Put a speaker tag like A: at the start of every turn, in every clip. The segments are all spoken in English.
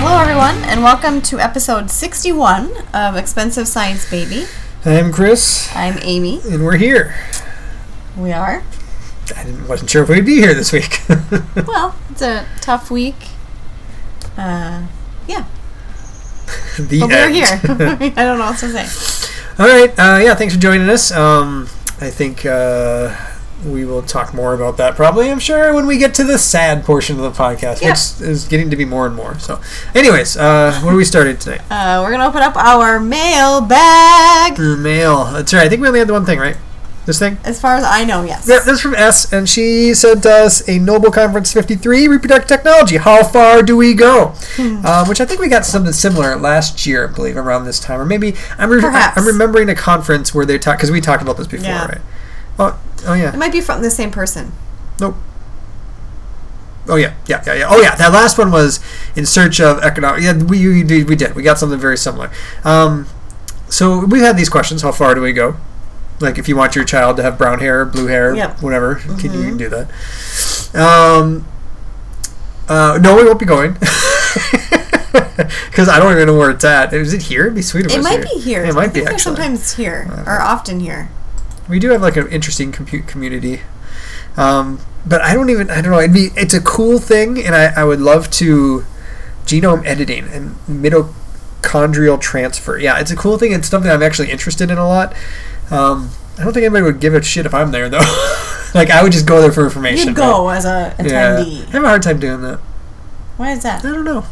A: Hello, everyone, and welcome to episode 61 of Expensive Science Baby.
B: I'm Chris,
A: I'm Amy.
B: and we're here.
A: We are.
B: I didn't- wasn't sure if we'd be here this week.
A: Well, it's a tough week. Uh, yeah,
B: the
A: but we're
B: end.
A: here. I don't know what to say.
B: All right. Uh, yeah, thanks for joining us. Um, I think uh, we will talk more about that probably, I'm sure, when we get to the sad portion of the podcast,
A: Yeah.
B: which is getting to be more and more. So, anyways, uh, where do we started today?
A: Uh, we're going to open up our mail bag.
B: The mail. That's right. I think we only had the one thing, right? This thing?
A: As far as I know, yes.
B: Yeah, this is from S, and she sent us a Noble Conference 53 reproductive technology. How far do we go?
A: Hmm.
B: um, which I think we got something similar last year, I believe, around this time, or maybe I'm, re-
A: Perhaps.
B: I'm remembering a conference where they talked because we talked about this before,
A: Yeah.
B: right? Oh, oh
A: It
B: yeah,
A: might be from the same person.
B: nope. Oh yeah, yeah, yeah, yeah. Oh yeah, that last one was in search of economic. Yeah, we we, did- we did. We got something very similar. Um, so we had these questions. How far do we go? Like, if you want your child to have brown hair, blue hair,
A: Yeah. Mm-hmm.
B: whatever, can you can do that? Um, uh, no, we won't be going because I don't even know where it's at. Is it here? It'd be sweet if it,
A: It
B: was
A: might be here.
B: It
A: I
B: might
A: think
B: be
A: they're
B: actually. Uh,
A: sometimes here, or often here.
B: We do have like an interesting compute community. Um, but I don't even I don't know. It'd be it's a cool thing, and I, I would love to genome editing and mitochondrial transfer. Yeah, it's a cool thing. It's something I'm actually interested in a lot. Um, I don't think anybody would give a shit if I'm there though. like I would just go there for information.
A: You'd
B: but-
A: go as a
B: Yeah,
A: attendee.
B: I have a hard time doing that.
A: Why is that?
B: I don't know.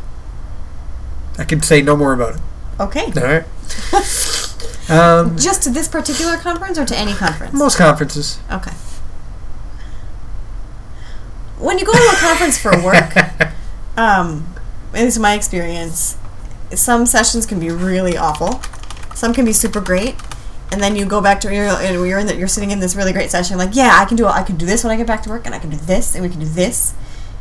B: I could say no more about it.
A: Okay.
B: All right. um,
A: Just to this particular conference or to any conference?
B: most conferences.
A: Okay. When you go to a conference for work, um, at least in my experience, some sessions can be really awful. Some can be super great, and then you go back to you're, and you're in that you're sitting in this really great session. Like, yeah, I can do I can do this when I get back to work, and I can do this, and we can do this,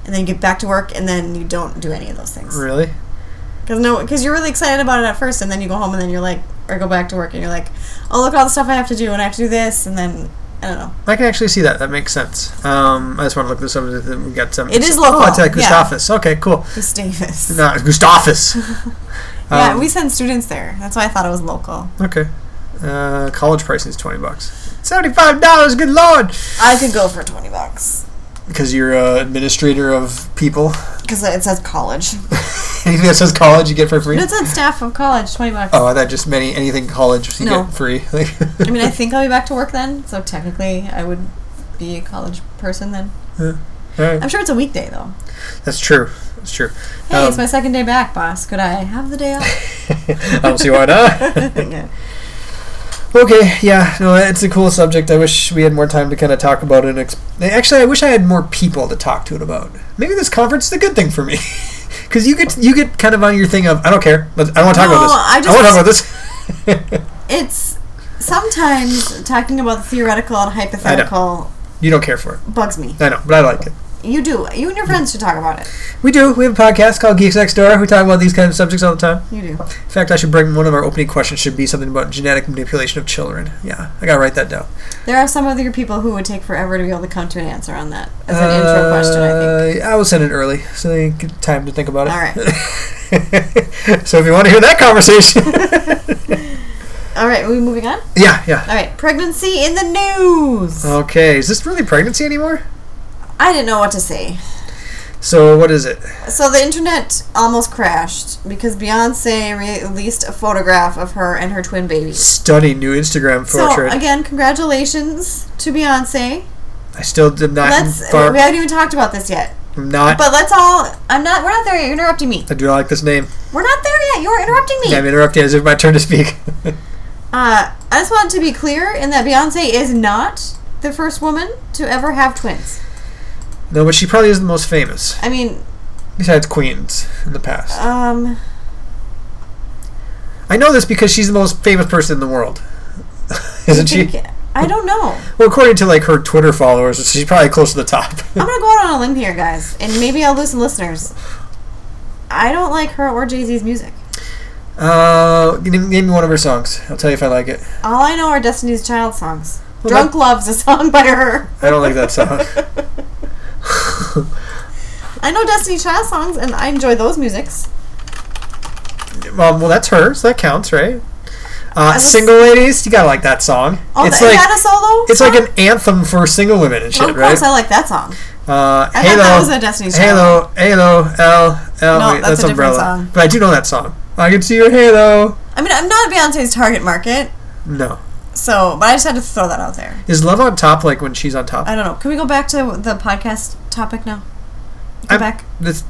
A: and then you get back to work, and then you don't do any of those things
B: Really?
A: because no because you're really excited about it at first, and then you go home, and then you're like or go back to work, and you're like, oh look at all the stuff I have to do, and I have to do this, and then I don't know.
B: I can actually see that. That makes sense. Um, I just want to look this up. We got some.
A: It is
B: Oh,
A: local,
B: it's at
A: yeah.
B: Gustavus. Okay, cool.
A: Chris Davis.
B: No, Gustavus.
A: yeah,
B: Um,
A: we send students there. That's why I thought it was local.
B: Okay. Uh, college pricing is twenty bucks. Seventy-five dollars. Good lord.
A: I could go for 20 bucks
B: Because you're an administrator of people.
A: because it says college.
B: Anything that says college, you get for free.
A: It said staff of college, 20 bucks.
B: Oh, I thought just many anything college you
A: No.
B: get free. Like,
A: I mean, I think I'll be back to work then, so technically I would be a college person then.
B: Alright,
A: I'm sure it's a weekday though.
B: that's true. That's true.
A: Hey, it's
B: Um,
A: my second day back, boss. Could I have the day off?
B: I don't see why not.
A: Yeah.
B: Okay, yeah, no, it's a cool subject. I wish we had more time to kind of talk about it. and Exp- Actually, I wish I had more people to talk to it about. Maybe this conference is a good thing for me, because you get you get kind of on your thing of I don't care. Let's, I don't want to talk
A: No,
B: about this.
A: I
B: I,
A: just-
B: want to talk about this.
A: It's sometimes talking about the theoretical and hypothetical
B: you don't care for it.
A: bugs me.
B: I know, but I like it.
A: You do. You and your friends should talk about it.
B: We do. We have a podcast called Geeks Next Door. We talk about these kind of subjects all the time.
A: You do.
B: In fact, I should bring one of our opening questions should be something about genetic manipulation of children. Yeah, I gotta write that down.
A: There are some other people who would take forever to be able to come to an answer on that as an intro question, I think.
B: Uh, I will send it early, so they get time to think about it.
A: All right.
B: so if you want to hear that conversation,
A: All right, are we moving on?
B: yeah, yeah.
A: All right, pregnancy in the news.
B: Okay, is this really pregnancy anymore?
A: I didn't know what to say.
B: So what is it?
A: So the internet almost crashed because Beyonce re- released a photograph of her and her twin babies.
B: Stunning new Instagram portrait.
A: So again, congratulations to Beyonce.
B: I still did not.
A: Let's
B: far,
A: we haven't even talked about this yet.
B: I'm not.
A: But let's all I'm not we're not there yet. You're interrupting me.
B: I do not like this name.
A: We're not there yet. You're interrupting me.
B: Yeah, I'm interrupting. It's my turn to speak.
A: Uh, I just want to be clear in that Beyonce is not the first woman to ever have twins.
B: no, but she probably is the most famous,
A: I mean,
B: besides Queens in the past.
A: um,
B: I know this because she's the most famous person in the world, isn't she?
A: think- I don't know.
B: Well, according to like her Twitter followers, she's probably close to the top.
A: I'm gonna go out on a limb here, guys, and maybe I'll lose some listeners. I don't like her or Jay Z's music.
B: Uh, name, name me one of her songs. I'll tell you if I like it.
A: All I know are Destiny's Child songs.
B: Well,
A: Drunk Love's a song by her.
B: I don't like that song.
A: I know Destiny Child songs, and I enjoy those musics.
B: Um, well, that's her, so that counts, right? Uh,
A: was-
B: single ladies, you gotta like that song.
A: Oh,
B: it's
A: that,
B: like
A: is that a solo?
B: it's like
A: song?
B: an anthem for single women and shit,
A: Of
B: right?
A: course, I like that song.
B: Uh,
A: I
B: Halo,
A: thought that was a Destiny's Child.
B: Halo, Halo, L, L.
A: No,
B: wait,
A: that's
B: that's,
A: a different
B: Umbrella.
A: song.
B: But I do know that song. I can see your halo.
A: I mean, I'm not Beyonce's target market,
B: No,
A: so but I just had to throw that out there.
B: is love on top like when she's on top?
A: I don't know. Can we go back to the podcast topic now? Go
B: I'm-
A: back.
B: This,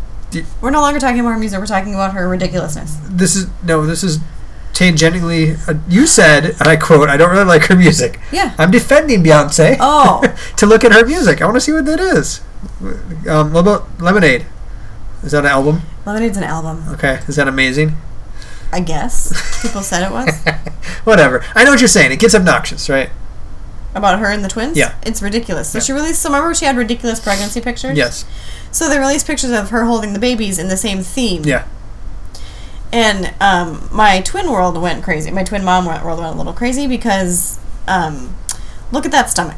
A: We're no longer talking about her music. We're talking about her ridiculousness.
B: this is no, this is tangentially. Uh, you said, and I quote, "I don't really like her music."
A: Yeah.
B: I'm defending Beyonce.
A: Oh.
B: to look at her music, I want to see what that is. Um, what about Lemonade? Is that an album?
A: Lemonade's an album,
B: Okay, is that amazing?
A: I guess. People said it was
B: Whatever. I know what you're saying. It gets obnoxious, right?
A: about her and the twins.
B: Yeah.
A: it's ridiculous. So
B: Yeah.
A: she released. So remember, she had ridiculous pregnancy pictures.
B: Yes.
A: So they released pictures of her holding the babies in the same theme.
B: Yeah.
A: And um, my twin world went crazy. My twin mom went, world went a little crazy because um, look at that stomach.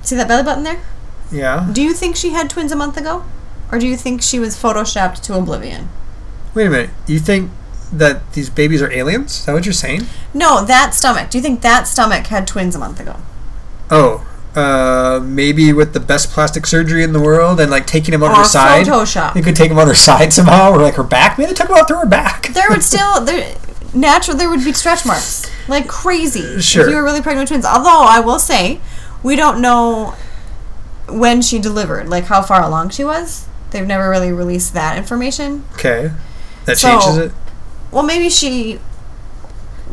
A: See that belly button there?
B: Yeah.
A: Do you think she had twins a month ago? Or do you think she was photoshopped to oblivion?
B: Wait a minute. You think that these babies are aliens? Is that what you're saying?
A: No, that stomach. Do you think that stomach had twins a month ago?
B: Oh, uh, maybe with the best plastic surgery in the world and like taking them on
A: Or
B: her side.
A: Oh, Photoshop.
B: You could take them on her side somehow, or like her back. Maybe they took them out through her back.
A: There would still there natural there would be stretch marks. Like crazy.
B: Sure.
A: If you were really pregnant with twins. Although I will say, we don't know when she delivered, like how far along she was. They've never really released that information.
B: okay, that
A: So,
B: changes it.
A: Well, maybe she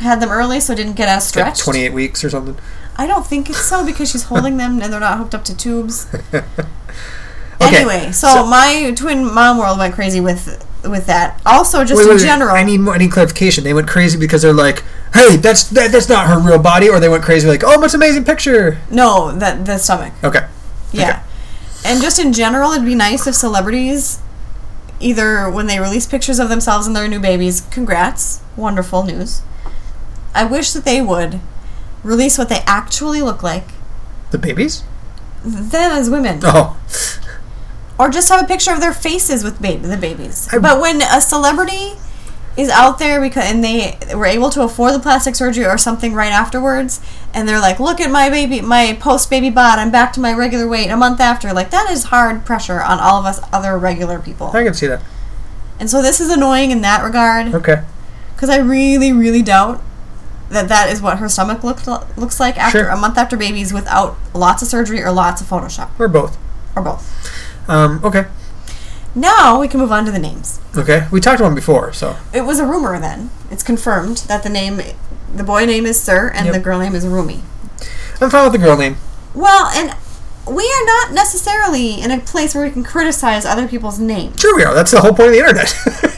A: had them early, so didn't get as
B: Like
A: stretched.
B: Twenty-eight weeks or something.
A: I don't think it's so because she's holding them and they're not hooked up to tubes.
B: Okay,
A: Anyway, so,
B: so-
A: my twin mom world went crazy with with that. Also, just
B: Wait,
A: in
B: wait, wait.
A: general,
B: I need more. I need clarification. They went crazy because they're like, "Hey, that's that, that's not her real body," or they went crazy like, "Oh, that's an amazing picture."
A: no, that the stomach,
B: Okay.
A: yeah, and just in general, it'd be nice if celebrities, either when they release pictures of themselves and their new babies, congrats, wonderful news. I wish that they would release what they actually look like.
B: The babies?
A: Them as women,
B: Oh,
A: or just have a picture of their faces with baby, the babies.
B: I-
A: but when a celebrity is out there because and they were able to afford the plastic surgery or something right afterwards, and they're like, "Look at my baby, my post baby bod. I'm back to my regular weight a month after." Like that is hard pressure on all of us other regular people.
B: I can see that.
A: And so this is annoying in that regard
B: Okay.
A: because I really, really doubt that that is what her stomach looked looks like after
B: Sure.
A: a month after babies without lots of surgery or lots of Photoshop
B: Or both.
A: or both.
B: Um, okay.
A: Now we can move on to the names.
B: Okay. We talked about them before, so
A: it was a rumor then. It's confirmed that the name, the boy name is Sir and
B: Yep.
A: the girl name is Rumi.
B: I'm fine with the girl name.
A: Well, and we are not necessarily in a place where we can criticize other people's names,
B: Sure, we are. That's the whole point of the internet.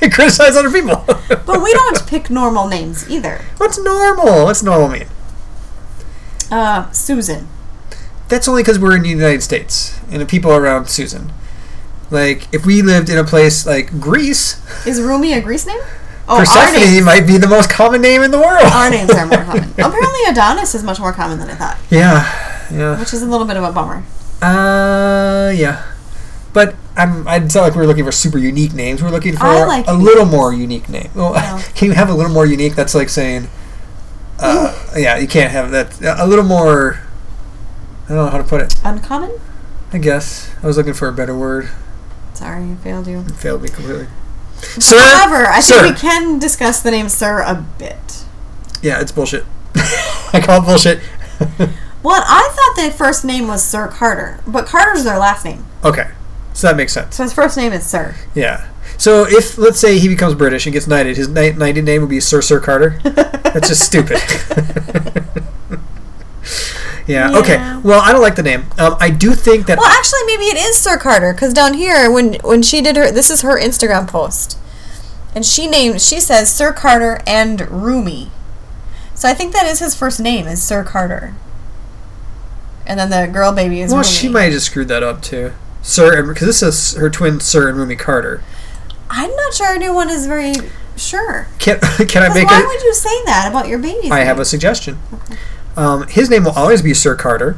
B: Criticize other people.
A: but we don't pick normal names either.
B: What's normal? What's normal mean?
A: Uh, Susan.
B: That's only because we're in the United States and the people around Susan. Like, if we lived in a place like Greece,
A: Is Rumi a Greece name? Oh, our
B: Persephone
A: names,
B: might be the most common name in the world.
A: our names are more common. Oh. Apparently, Adonis is much more common than I thought,
B: yeah, yeah,
A: which is a little bit of a bummer.
B: uh, yeah. But I'm. I'd sound like we were looking for super unique names. We're looking
A: I
B: for
A: like
B: a
A: unique Oh.
B: little more unique name. Well,
A: Yeah.
B: can you have a little more unique? That's like saying, uh, yeah, you can't have that. A little more. I don't know how to put it.
A: Uncommon?
B: I guess I was looking for a better word.
A: Sorry, I failed you.
B: It failed me completely. Sir,
A: However, I
B: sir.
A: think we can discuss the name Sir a bit.
B: yeah, it's bullshit. I call it bullshit.
A: Well, I thought the first name was Sir Carter, but Carter's their last name.
B: okay, so that makes sense.
A: So his first name is Sir.
B: Yeah. So if let's say he becomes British and gets knighted, his knight, knighted name would be Sir Sir Carter. That's just stupid. yeah,
A: Yeah.
B: Okay. Well, I don't like the name. Um, I do think that.
A: Well, actually, maybe it is Sir Carter because down here, when when she did her, this is her Instagram post, and she named she says Sir Carter and Rumi, so I think that is his first name is Sir Carter, and then the girl baby is
B: Well,
A: Rumi.
B: she might have just screwed that up too. Sir, because this is her twin, Sir and Rumi Carter.
A: I'm not sure anyone is very sure.
B: Can can I
A: 'Cause
B: make
A: why
B: it?
A: would you say that about your baby?
B: I have a suggestion. Um, his name will always be Sir Carter.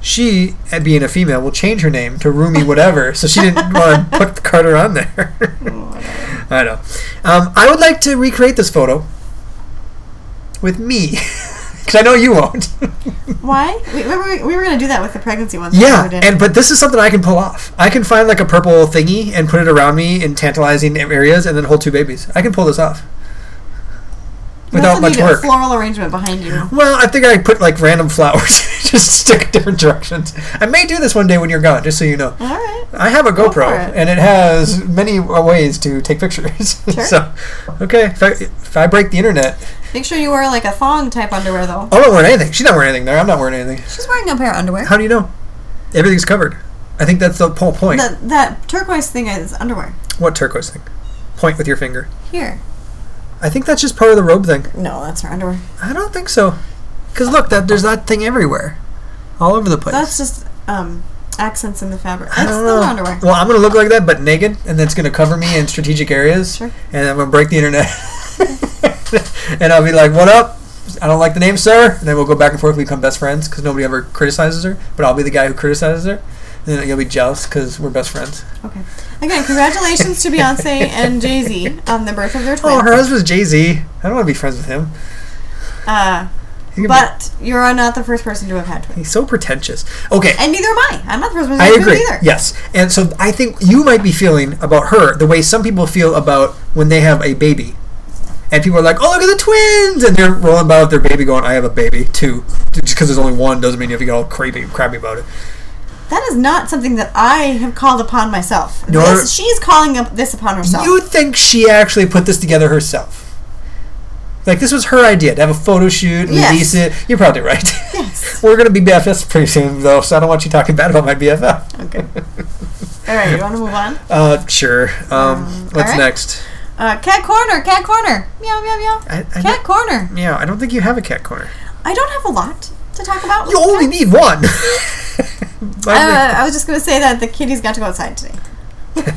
B: She, uh, being a female, will change her name to Rumi Oh, whatever, so she didn't want to put Carter on there. I know. Um, I would like to recreate this photo with me because I know you won't.
A: Why? We, remember we, we were gonna do that with the pregnancy ones.
B: yeah,
A: we
B: and but this is something I can pull off. I can find like a purple thingy and put it around me in tantalizing areas, and then hold two babies. I can pull this off without much
A: need A
B: work.
A: floral arrangement behind you.
B: Well, I think I put like random flowers, just stick different directions. I may do this one day when you're gone, just so you know.
A: All right.
B: I have a
A: Go
B: GoPro,
A: for it.
B: and it has many uh, ways to take pictures.
A: Sure.
B: so, okay, if I, if I break the internet, Oh,
A: Make sure you wear like a thong type underwear though.
B: I'm not wearing anything. She's not wearing anything there. I'm not wearing anything.
A: She's wearing a pair of underwear.
B: How do you know? Everything's covered. I think that's the whole point.
A: That that turquoise thing is underwear.
B: what turquoise thing? Point with your finger.
A: Here.
B: I think that's just part of the robe thing.
A: No, that's her underwear.
B: I don't think so. Because look, that there's that thing everywhere, all over the place.
A: That's just um accents in the fabric.
B: I
A: That's
B: don't
A: still
B: know.
A: underwear.
B: Well, I'm gonna look like that, but naked, and that's gonna cover me in strategic areas,
A: Sure.
B: and I'm gonna break the internet. and I'll be like, "What up? I don't like the name, sir." And then we'll go back and forth. We become best friends because nobody ever criticizes her, but I'll be the guy who criticizes her. And then you'll be jealous because we're best friends.
A: Okay. Again, congratulations to Beyonce and Jay Z on the birth of their twins.
B: Oh, her husband's Jay Z. I don't want to be friends with him.
A: Uh,
B: He can
A: but you are not the first person to have had
B: be,
A: twins,
B: he's so pretentious. Okay,
A: and neither am I. I'm not the first person to
B: I
A: have
B: agree.
A: twins either.
B: Yes, and so I think you might be feeling about her the way some people feel about when they have a baby, and people are like, "Oh, look at the twins," and they're rolling about with their baby, going, "I have a baby too." Just because there's only one doesn't mean you have to get all creepy and crappy about it.
A: That is not something that I have called upon myself.
B: Nor-
A: This- she's calling up this upon herself.
B: You think she actually put this together herself? Like this was her idea to have a photo shoot,
A: Yes.
B: release it. You're probably right.
A: Yes.
B: We're gonna be BFFs pretty soon, though, so I don't want you talking bad about my BFF.
A: Okay. All right, you want to move on?
B: Uh, sure. Um, what's
A: alright.
B: next?
A: Uh, cat corner, cat corner, meow meow meow.
B: I, I don't-
A: Cat corner.
B: Yeah, I don't think you have a cat corner.
A: I don't have a lot to talk about.
B: You only need one.
A: Uh, I was just gonna say that the kitty's got to go outside today.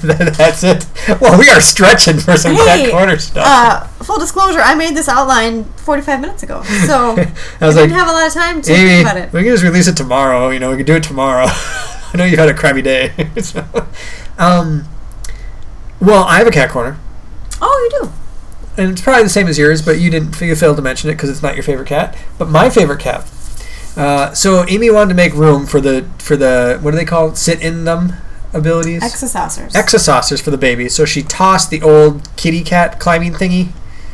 B: That's it. Well, we are stretching for some
A: Hey,
B: cat corner stuff.
A: Uh, full disclosure, I made this outline 45 minutes ago, so I,
B: I was like,
A: didn't have a lot of time to
B: Amy,
A: think about it.
B: we can just release it tomorrow. You know, we can do it tomorrow. I know you had a crappy day. So, um, well, I have a cat corner,
A: Oh, you do.
B: and it's probably the same as yours, but you didn't you failed to mention it because it's not your favorite cat. But my favorite cat. Uh, so Amy wanted to make room for the for the what do they call sit in them abilities
A: Exosaucers.
B: exosaucers for the baby. So she tossed the old kitty cat climbing thingy.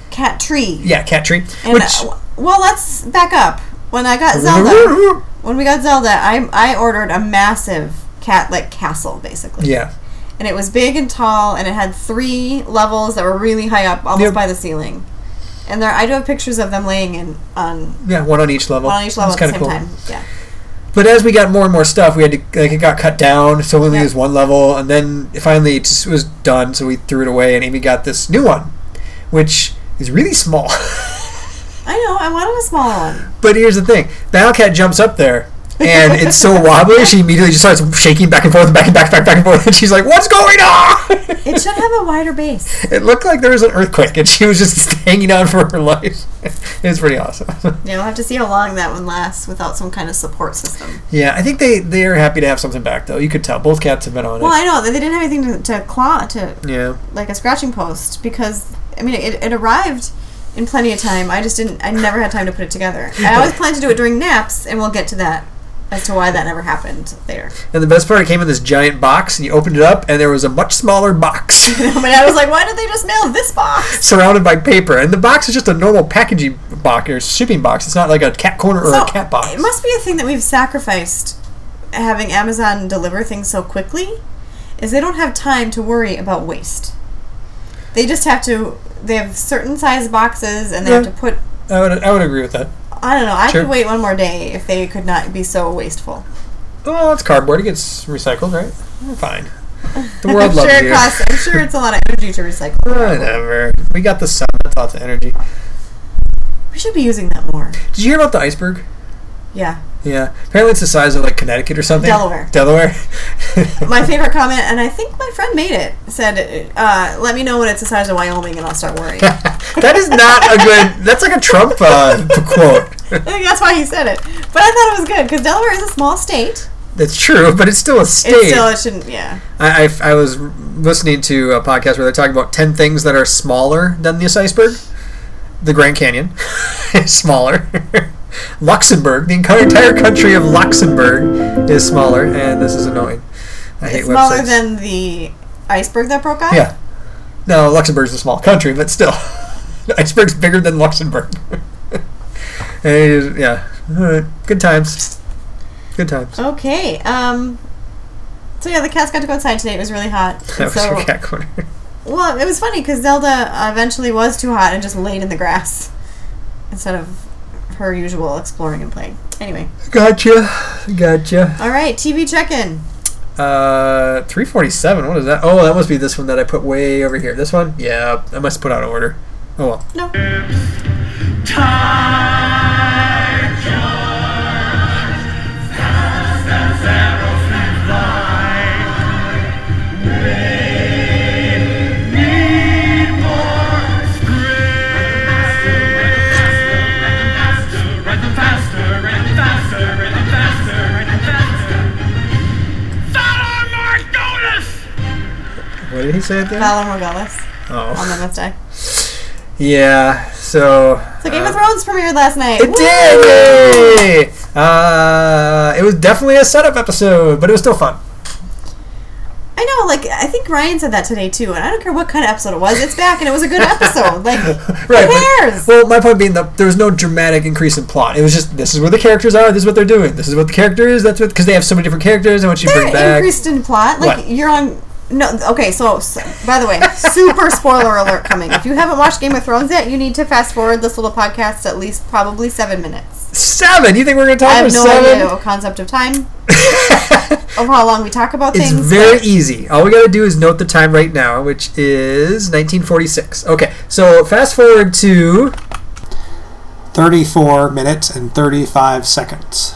A: cat tree.
B: Yeah, cat tree.
A: And,
B: which.
A: uh, w- well, let's back up. When I got Zelda, when we got Zelda, I I ordered a massive cat like castle basically,
B: yeah.
A: and it was big and tall, and it had three levels that were really high up, almost
B: Yep.
A: by the ceiling. And there, I do have pictures of them laying in on
B: Yeah, one on each level.
A: one on each level
B: It's
A: at the
B: kinda
A: same time. Yeah.
B: But as we got more and more stuff, we had to like it got cut down, so we only
A: Yeah.
B: used one level, and then finally it just was done, so we threw it away, and Amy got this new one, which is really small.
A: I know. I wanted a small one.
B: but here's the thing: Battle Cat jumps up there. and it's so wobbly, she immediately just starts shaking back and forth, back and back, back, back and forth. And she's like, "What's going on?"
A: It should have a wider base.
B: It looked like there was an earthquake, and she was just hanging on for her life. It was pretty awesome.
A: Yeah, we'll have to see how long that one lasts without some kind of support system.
B: Yeah, I think they they are happy to have something back, though. You could tell both cats have been on
A: Well,
B: it.
A: I know that they didn't have anything to, to claw to
B: Yeah,
A: like a scratching post because I mean it, it arrived in plenty of time. I just didn't. I never had time to put it together. I always planned to do it during naps, and we'll get to that as to why that never happened later.
B: and the best part, it came in this giant box, and you opened it up, and there was a much smaller box
A: but I was like, why did they just mail this box?
B: surrounded by paper, and the box is just a normal packaging box or shipping box. It's not like a cat corner or
A: So,
B: a cat box.
A: It must be a thing that we've sacrificed having Amazon deliver things so quickly, is they don't have time to worry about waste. They just have to. They have certain size boxes, and they have
B: Yeah.
A: to put.
B: I would I would agree with that.
A: I don't know. I
B: Sure.
A: could wait one more day if they could not be so wasteful.
B: Well, it's cardboard. It gets recycled, right? Fine. The world
A: I'm
B: loves
A: sure
B: you.
A: it costs. I'm sure it's a lot of energy to recycle.
B: Whatever. We got the sun. That's lots of energy.
A: We should be using that more.
B: Did you hear about the iceberg?
A: Yeah.
B: Yeah. Apparently it's the size of like Connecticut or something.
A: Delaware.
B: Delaware.
A: My favorite comment, and I think my friend made it, said, uh, "Let me know when it's the size of Wyoming, and I'll start worrying." I
B: that is not a good. That's like a Trump uh, quote.
A: think that's why he said it. But I thought it was good because Delaware is a small state.
B: That's true, but it's still a state.
A: It's still it shouldn't. Yeah.
B: I, I- I was listening to a podcast where they're talking about 10 things that are smaller than this iceberg. The Grand Canyon is smaller. Luxembourg, the entire, entire country of Luxembourg is smaller, and this is annoying. I hate
A: It's smaller
B: websites.
A: than the iceberg that broke off?
B: Yeah. No, Luxembourg's a small country, but still. The iceberg's bigger than Luxembourg. And it is- yeah. Alright, Good times. Good times.
A: Uh, Okay. Um. So yeah, the cats got to go outside today. It was really hot.
B: That was
A: so
B: your cat corner.
A: well, it was funny because Zelda eventually was too hot and just laid in the grass instead of her usual exploring and playing. Anyway,
B: Gotcha. Gotcha.
A: all right, TV check-in.
B: Uh, 347. What is that? Oh, that must be this one that I put way over here. This one? Yeah, I must put out of order. Oh, well.
A: No.
B: What did he say at the end?
A: Valor Morghulis on the
B: Oh.
A: Mustang.
B: Yeah, so.
A: So Game of Thrones premiered last night.
B: Uh, It
A: Woo!
B: did! Yay! Uh, it was definitely a setup episode, but it was still fun.
A: I know, like I think Ryan said that today too, and I don't care what kind of episode it was. It's back, and it was a good episode. Like
B: Right.
A: who
B: but-
A: cares?
B: well, my point being that there was no dramatic increase in plot. It was just this is where the characters are. This is what they're doing. This is what the character is. That's what because they have so many different characters. and what you
A: They're
B: bring back.
A: increased in plot. Like
B: What?
A: you're on. No, okay. So, so by the way, super spoiler alert coming. If you haven't watched Game of Thrones yet, you need to fast forward this little podcast at least probably seven minutes.
B: Seven. You think we're gonna talk
A: I have
B: about
A: no
B: seven?
A: idea a concept of time of how long we talk about
B: It's
A: things.
B: very e-
A: but
B: easy. All we gotta do is note the time right now, which is 1946. Okay, so fast forward to
C: 34 minutes and 35 seconds.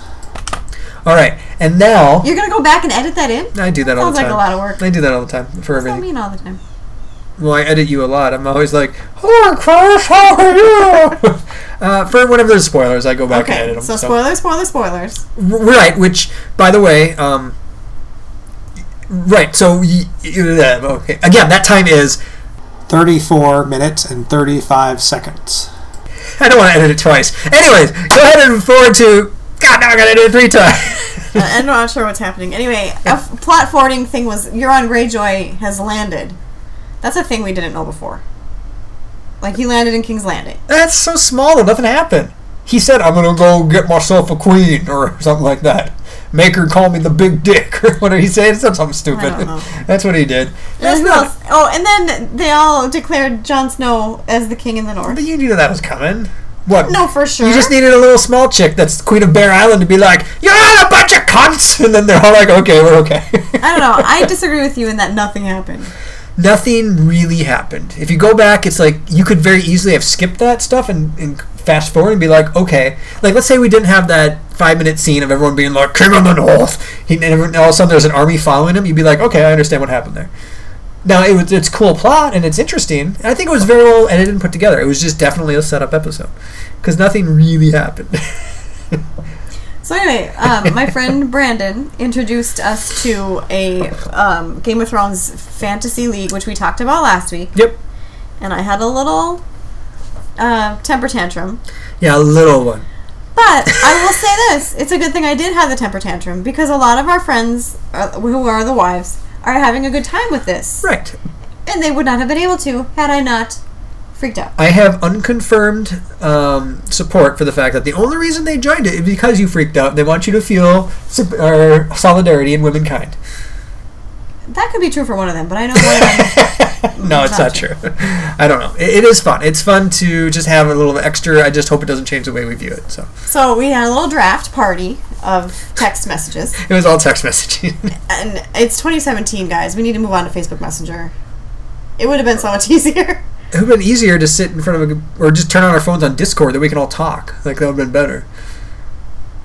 B: all right, and now
A: you're gonna go back and edit that in.
B: I do that, all
A: Sounds
B: the time.
A: like a lot of work.
B: I do that all the time for
A: What
B: everything.
A: mean all the time?
B: Well, I edit you a lot. I'm always like, "Hello, Chris, how are you?" uh, for whenever there's spoilers, I go back and edit
A: Okay,
B: them.
A: so spoilers, spoilers, spoilers.
B: R- Right, which, by the way, um, right, so, y- y- uh, okay, again, that time is,
C: 34 minutes and 35 seconds.
B: I don't want to edit it twice. Anyways, go ahead and forward to, God, now I gotta edit it three times.
A: I- I'm not sure what's happening. Anyway, a f- plot forwarding thing was Euron Greyjoy has landed. That's a thing we didn't know before. Like he landed in King's Landing.
B: That's so small that nothing happened. He said, I'm gonna go get myself a queen, or something like that. Make her call me the big dick, or whatever he said. Something stupid.
A: I don't know.
B: That's what he did.
A: And who else? Oh, and then they all declared Jon Snow as the king in the North.
B: But you knew that was coming. What?
A: No, for sure.
B: You just needed a little small chick that's the queen of Bear Island to be like, "You're all a bunch of cunts," and then they're all like, "Okay, we're okay."
A: I don't know. I disagree with you in that nothing happened.
B: Nothing really happened. If you go back, it's like you could very easily have skipped that stuff and, and fast forward and be like, "Okay." Like, let's say we didn't have that five minute scene of everyone being like, "King of the North," he, and everyone- all of a sudden there's an army following him. You'd be like, "Okay, I understand what happened there." Now it was it's cool plot and it's interesting. And I think it was very well edited and put together. It was just definitely a setup episode because nothing really happened.
A: So anyway, um, my friend Brandon introduced us to a um, Game of Thrones fantasy league, which we talked about last week,
B: yep.
A: and I had a little uh, temper tantrum.
B: Yeah, a little one.
A: But I will say this: it's a good thing I did have the temper tantrum because a lot of our friends, uh, who are the wives, are having a good time with this,
B: Right.
A: and they would not have been able to had I not freaked out.
B: I have unconfirmed um, support for the fact that the only reason they joined it is because you freaked out. They want you to feel sup- or solidarity in womankind.
A: That could be true for one of them, but I know one of them.
B: no, it's not
A: Gotcha.
B: true. I don't know. It, it is fun. It's fun to just have a little extra. I just hope it doesn't change the way we view it. So
A: So we had a little draft party of text messages,
B: it was all text messaging.
A: and it's 2017, guys. We need to move on to Facebook Messenger. It would have been so much easier.
B: it would have been easier to sit in front of a or just turn on our phones on Discord that we can all talk. Like that would have been better.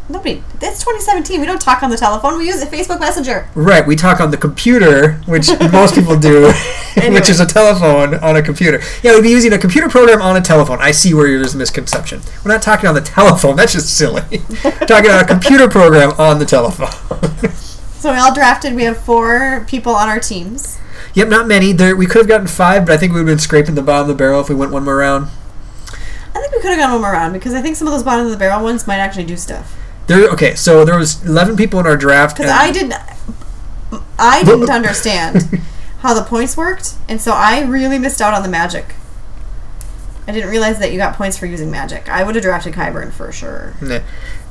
A: Nobody. That's 2017. We don't talk on the telephone. We use Facebook Messenger.
B: Right, we talk on the computer, which most people do,
A: Anyway.
B: which is a telephone on a computer. Yeah, we'd be using a computer program on a telephone. I see where there's a misconception. We're not talking on the telephone. That's just silly. We're talking on a computer program on the telephone.
A: So we all drafted. We have four people on our teams.
B: Yep, not many. There, we could have gotten five, but I think we would have been scraping the bottom of the barrel if we went one more round.
A: I think we could have gone one more round because I think some of those bottom of the barrel ones might actually do stuff.
B: There. Okay, so there was eleven people in our draft.
A: Because
B: and-
A: I didn't, I didn't understand how the points worked, and so I really missed out on the magic. I didn't realize that you got points for using magic. I would have drafted Kyburn for sure.
B: Nah.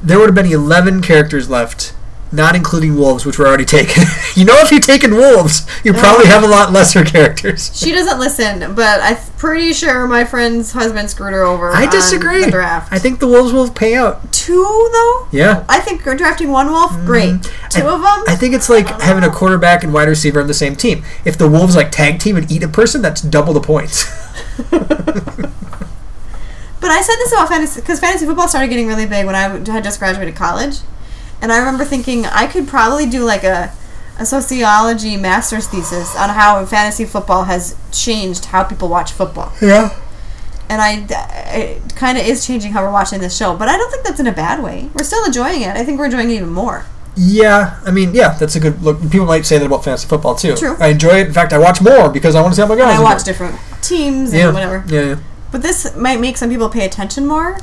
B: There would have been eleven characters left, not including wolves, which were already taken. you know, if you've taken wolves, you probably have a lot lesser characters.
A: She doesn't listen, but I'm pretty sure my friend's husband screwed her over.
B: I
A: on
B: disagree.
A: the draft
B: I think the wolves will pay out.
A: two though.
B: Yeah. Mm.
A: I think you're drafting one wolf. Great. Two of them.
B: I think it's like having a quarterback and wide receiver on the same team. If the wolves like tag team and eat a person, that's double the points.
A: But I said this about fantasy because fantasy football started getting really big when I w- had just graduated college, and I remember thinking I could probably do like a a sociology master's thesis on how fantasy football has changed how people watch football.
B: yeah.
A: And I, it kind of is changing how we're watching this show, but I don't think that's in a bad way. We're still enjoying it. I think we're enjoying it even more.
B: Yeah, I mean, yeah, that's a good look. People might say that about fantasy football too.
A: True.
B: I enjoy it. In fact, I watch more because I want to see how my guys.
A: And I
B: are
A: watch
B: doing.
A: different teams and
B: Yeah.
A: whatever.
B: Yeah, yeah.
A: But this might make some people pay attention more.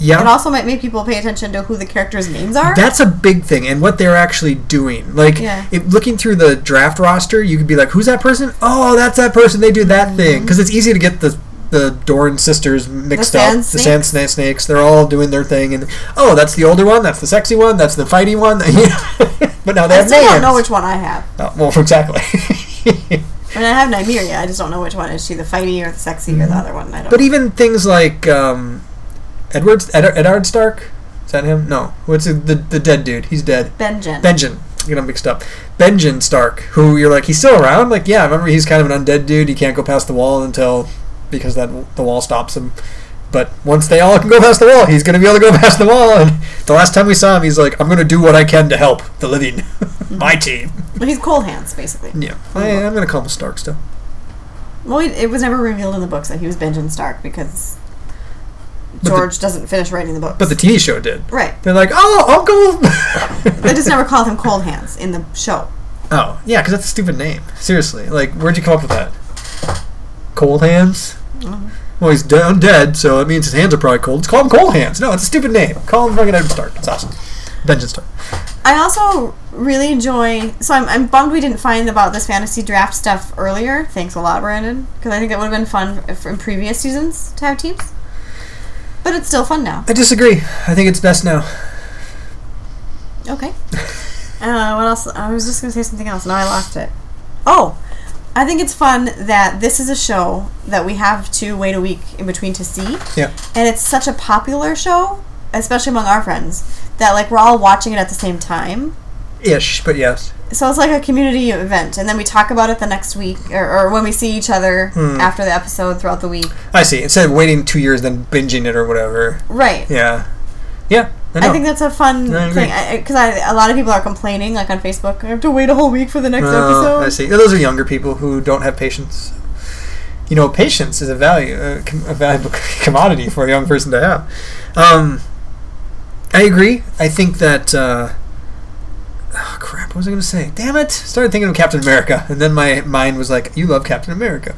B: Yeah.
A: It also might make people pay attention to who the characters' names are.
B: That's a big thing, and what they're actually doing. Like,
A: Yeah.
B: if looking through the draft roster, you could be like, "Who's that person? Oh, that's that person. They do
A: Mm-hmm.
B: that thing. 'Cause thing." Because it's easy to get the the Doran sisters mixed
A: The
B: up.
A: sand
B: The sand sna- snakes. They're all doing their thing, and oh, that's the older one. That's the sexy one. That's the fighty one. but now they
A: I
B: have
A: still
B: names.
A: don't know which one I have.
B: Oh, well, exactly.
A: I mean, I have Nymeria. I just don't know which one. Is she the fighty or the sexy or the other one? I don't
B: Mm-hmm. But even things like um, Edwards, Ed- Edard Stark, is that him? No, what's the, the the dead dude? He's dead.
A: Benjen.
B: Benjen, you know, mixed up. Benjen Stark, who you're like, he's still around. Like, yeah, I remember he's kind of an undead dude. He can't go past the wall until because that the wall stops him. But once they all can go past the wall, he's going to be able to go past the wall. And the last time we saw him, he's like, I'm going to do what I can to help the living, my team.
A: Well, He's cold hands, basically.
B: Yeah, I, am going to call him Stark still.
A: Well, it, it was never revealed in the books that he was Benjen Stark because
B: the-
A: George doesn't finish writing the books.
B: But the TV show did.
A: right.
B: They're like, oh, Uncle.
A: They just never called him cold hands in the show.
B: Oh, yeah, because that's a stupid name. Seriously. Like, where'd you come up with that? Cold hands? Well, he's down dead, so it means his hands are probably cold. Let's call him Cold Hands. No, it's a stupid name. Call him fucking Edward Stark. It's awesome. Benjamin Stark.
A: I also really enjoy. So I'm, I'm bummed we didn't find about this fantasy draft stuff earlier. Thanks a lot, Brandon, because I think that would have been fun if, in previous seasons to have teams. But it's still fun now.
B: I disagree. I think it's best now.
A: Okay. uh, what else? I was just going to say something else. Now I lost it. Oh, I think it's fun that this is a show that we have to wait a week in between to see.
B: Yeah.
A: And it's such a popular show, especially among our friends, that like we're all watching it at the same time.
B: Ish, but yes.
A: So it's like a community event, and then we talk about it the next week, or, or when we see each other
B: Hmm.
A: after the episode throughout the week.
B: I see. Instead of waiting two years, then binging it or whatever.
A: Right.
B: Yeah. Yeah. I, know.
A: I think that's a fun
B: I agree.
A: thing because I, a lot of people are complaining, like on Facebook, I have to wait a whole week for the next
B: Oh,
A: episode.
B: I see. Those are younger people who don't have patience. You know, patience is a value, a, com- a valuable commodity for a young person to have. Um, I agree. I think that. Uh, oh, crap! What was I going to say? Damn it! Started thinking of Captain America, and then my mind was like, "You love Captain America."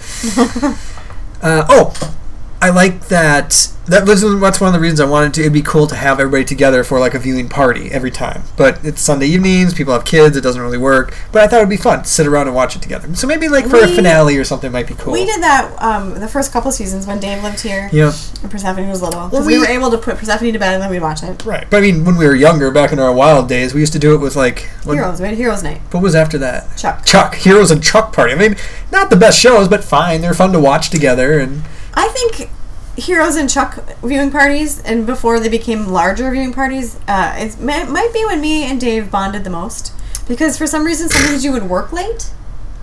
B: uh, oh. I like that. That was that's one of the reasons I wanted to. It'd be cool to have everybody together for like a viewing party every time. But it's Sunday evenings. People have kids. It doesn't really work. But I thought it'd be fun to sit around and watch it together. So maybe like for a
A: We-
B: finale or something might be cool.
A: We did that um, the first couple seasons when Dave lived here
B: Yeah.
A: and Persephone was little. 'Cause
B: Well,
A: we,
B: we-
A: were able to put Persephone to bed and then we'd watch it.
B: Right. But I mean, when we were younger, back in our wild days, we used to do it with like what,
A: Heroes. We had Heroes Night.
B: what was after that?
A: Chuck.
B: Chuck Heroes and Chuck Party. I mean, not the best shows, but fine. They're fun to watch together. And
A: I think Heroes and Chuck viewing parties and before they became larger viewing parties, uh, it might, might be when me and Dave bonded the most. Because for some reason, sometimes you would work late.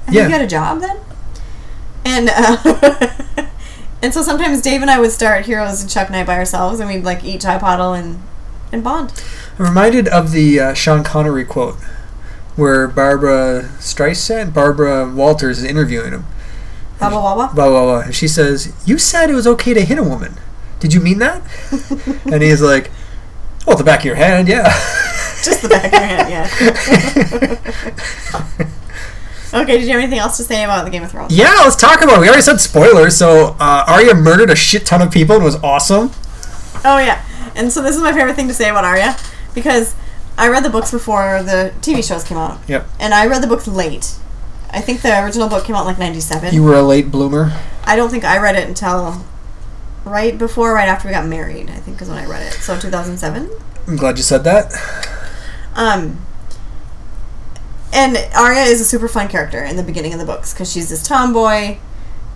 A: I think
B: Yeah.
A: you had a job then. And uh, and so sometimes Dave and I would start Heroes and Chuck Night by ourselves and we'd like eat chai paddle and, and bond.
B: I'm reminded of the uh, Sean Connery quote where Barbara Streisand, Barbara Walters is interviewing him.
A: Baba Waba.
B: blah blah blah. And she says, "You said it was okay to hit a woman. Did you mean that?" and he's like, "Well, the back of your hand, yeah."
A: Just the back of your hand, yeah. Okay, did you have anything else to say about the Game of Thrones?
B: Yeah, let's talk about it. We already said spoilers, so uh, Arya murdered a shit ton of people and was awesome.
A: Oh yeah, and so this is my favorite thing to say about Arya, because I read the books before the TV shows came out.
B: Yep.
A: And I read the books late. I think the original book came out in, like '97.
B: You were a late bloomer.
A: I don't think I read it until right before, right after we got married. I think is when I read it. So 2007.
B: I'm glad you said that.
A: Um, and Arya is a super fun character in the beginning of the books because she's this tomboy,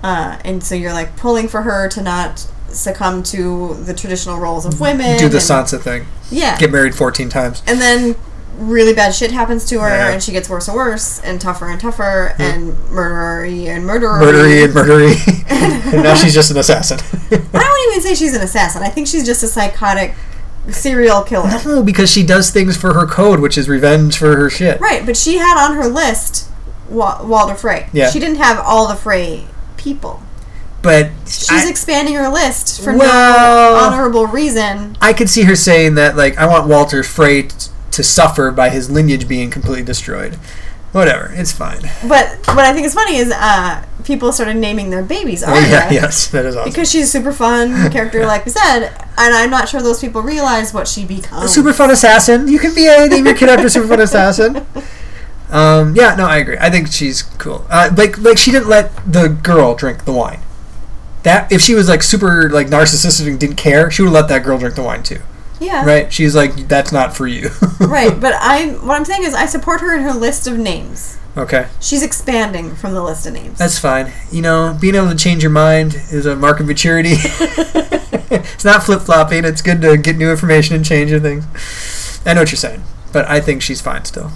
A: uh, and so you're like pulling for her to not succumb to the traditional roles of women.
B: Do the
A: and-
B: Sansa thing.
A: Yeah.
B: Get married 14 times.
A: and then really bad shit happens to her,
B: Yeah.
A: and she gets worse and worse, and tougher and tougher, and murdery and murderer.
B: Murdery and murdery. and now she's just an assassin.
A: I don't even say she's an assassin. I think she's just a psychotic serial killer.
B: no, because she does things for her code, which is revenge for her shit.
A: Right, but she had on her list Wa- Walder Frey.
B: Yeah.
A: She didn't have all the Frey people.
B: But
A: She's
B: I,
A: expanding her list for
B: Well-
A: no honorable reason.
B: I could see her saying that, like, I want Walter Frey t- to suffer by his lineage being completely destroyed. Whatever, it's fine.
A: But what I think is funny is uh, people started naming their babies
B: Oh,
A: Arya.
B: yeah, yes, that is awesome.
A: Because she's a super fun character, like we said, and I'm not sure those people realize what she becomes.
B: super fun assassin. You can be a name your kid after super fun assassin. Um, yeah, no, I agree. I think she's cool. Uh, like, like she didn't let the girl drink the wine. That if she was like super like narcissistic and didn't care, she would let that girl drink the wine too,
A: yeah,
B: right? She's like, that's not for you.
A: right. But I, what I'm saying is, I support her in her list of names.
B: okay,
A: She's expanding from the list of names.
B: that's fine. You know, being able to change your mind is a mark of maturity. it's not flip flopping. It's good to get new information and change your things. I know what you're saying, but I think she's fine still,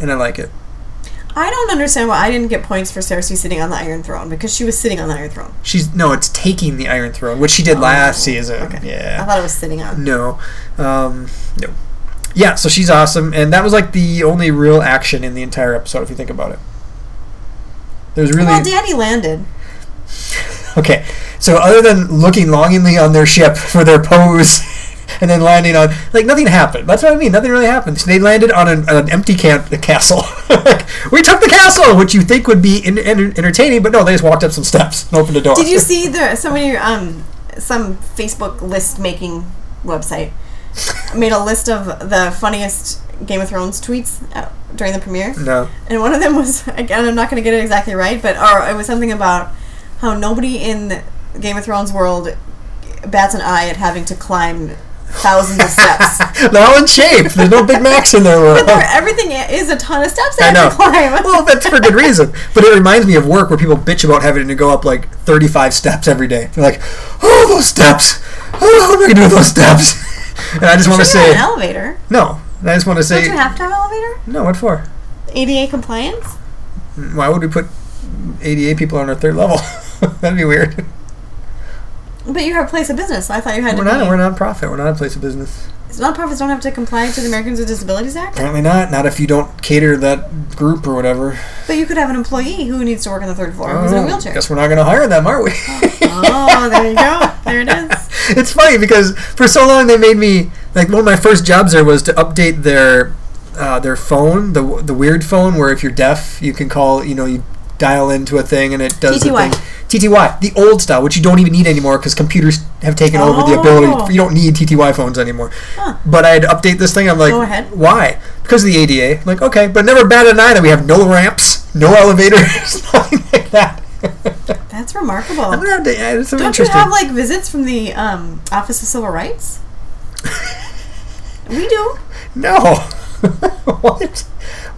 B: and I like it.
A: I don't understand why I didn't get points for Cersei sitting on the Iron Throne because she was sitting on the Iron Throne.
B: She's no, it's taking the Iron Throne, which Ah, she did last season.
A: Oh, okay. I
B: Yeah.
A: thought it was sitting on.
B: No. Um, no. Yeah, so she's awesome, and that was like the only real action in the entire episode, if you think about it. There's really
A: Well, Daddy landed.
B: okay. So other than looking longingly on their ship for their pose, and then landing on like nothing happened. That's what I mean. Nothing really happened. They landed on an, an empty camp, a castle. we took the castle, which you think would be in, en- entertaining, but no, they just walked up some steps and opened a door.
A: Did you see the somebody um some Facebook list making website made a list of the funniest Game of Thrones tweets uh, during the premiere?
B: No.
A: And one of them was again, I'm not going to get it exactly right, but or it was something about how nobody in Game of Thrones world bats an eye at having to climb thousands of steps.
B: They're all in shape. There's no Big Macs in their world.
A: Where everything i- is a ton of steps they
B: I
A: have
B: know.
A: to climb.
B: Well, that's for good reason. But it reminds me of work where people bitch about having to go up like 35 steps every day. They're like, oh, those steps. Oh, what am I going to do with those steps? And I just want to
A: Shouldn't you have
B: say,
A: an elevator.
B: no. I just want
A: Don't
B: to say,
A: you have to have an elevator?
B: no, what for?
A: ADA compliance?
B: Why would we put 88 people on our third level? That'd be weird.
A: But you have a place of business. So I thought you had
B: We're
A: to.
B: not,
A: be-
B: we're not a nonprofit. We're not a place of business.
A: Nonprofits don't have to comply to the Americans with Disabilities Act,
B: Apparently not. Not if you don't cater that group or whatever.
A: but you could have an employee who needs to work on the third floor who's in a
B: Oh,
A: wheelchair.
B: guess we're not going to hire them, are we?
A: Oh, there you go. There it is.
B: it's funny because for so long they made me like one of my first jobs there was to update their uh, their phone the the weird phone where if you're deaf you can call you know you dial into a thing and it does
A: TTY.
B: the thing TTY the old style which you don't even need anymore because computers have taken over the
A: Oh.
B: ability you don't need TTY phones anymore
A: Huh.
B: but I had to update this thing I'm like
A: Go ahead.
B: why because of the ADA I'm like okay but never batted an eye that we have no ramps no elevators nothing like that
A: That's remarkable.
B: I'm gonna have to add some
A: Don't you
B: interesting
A: have like visits from the um, Office of Civil Rights? we do.
B: No. what?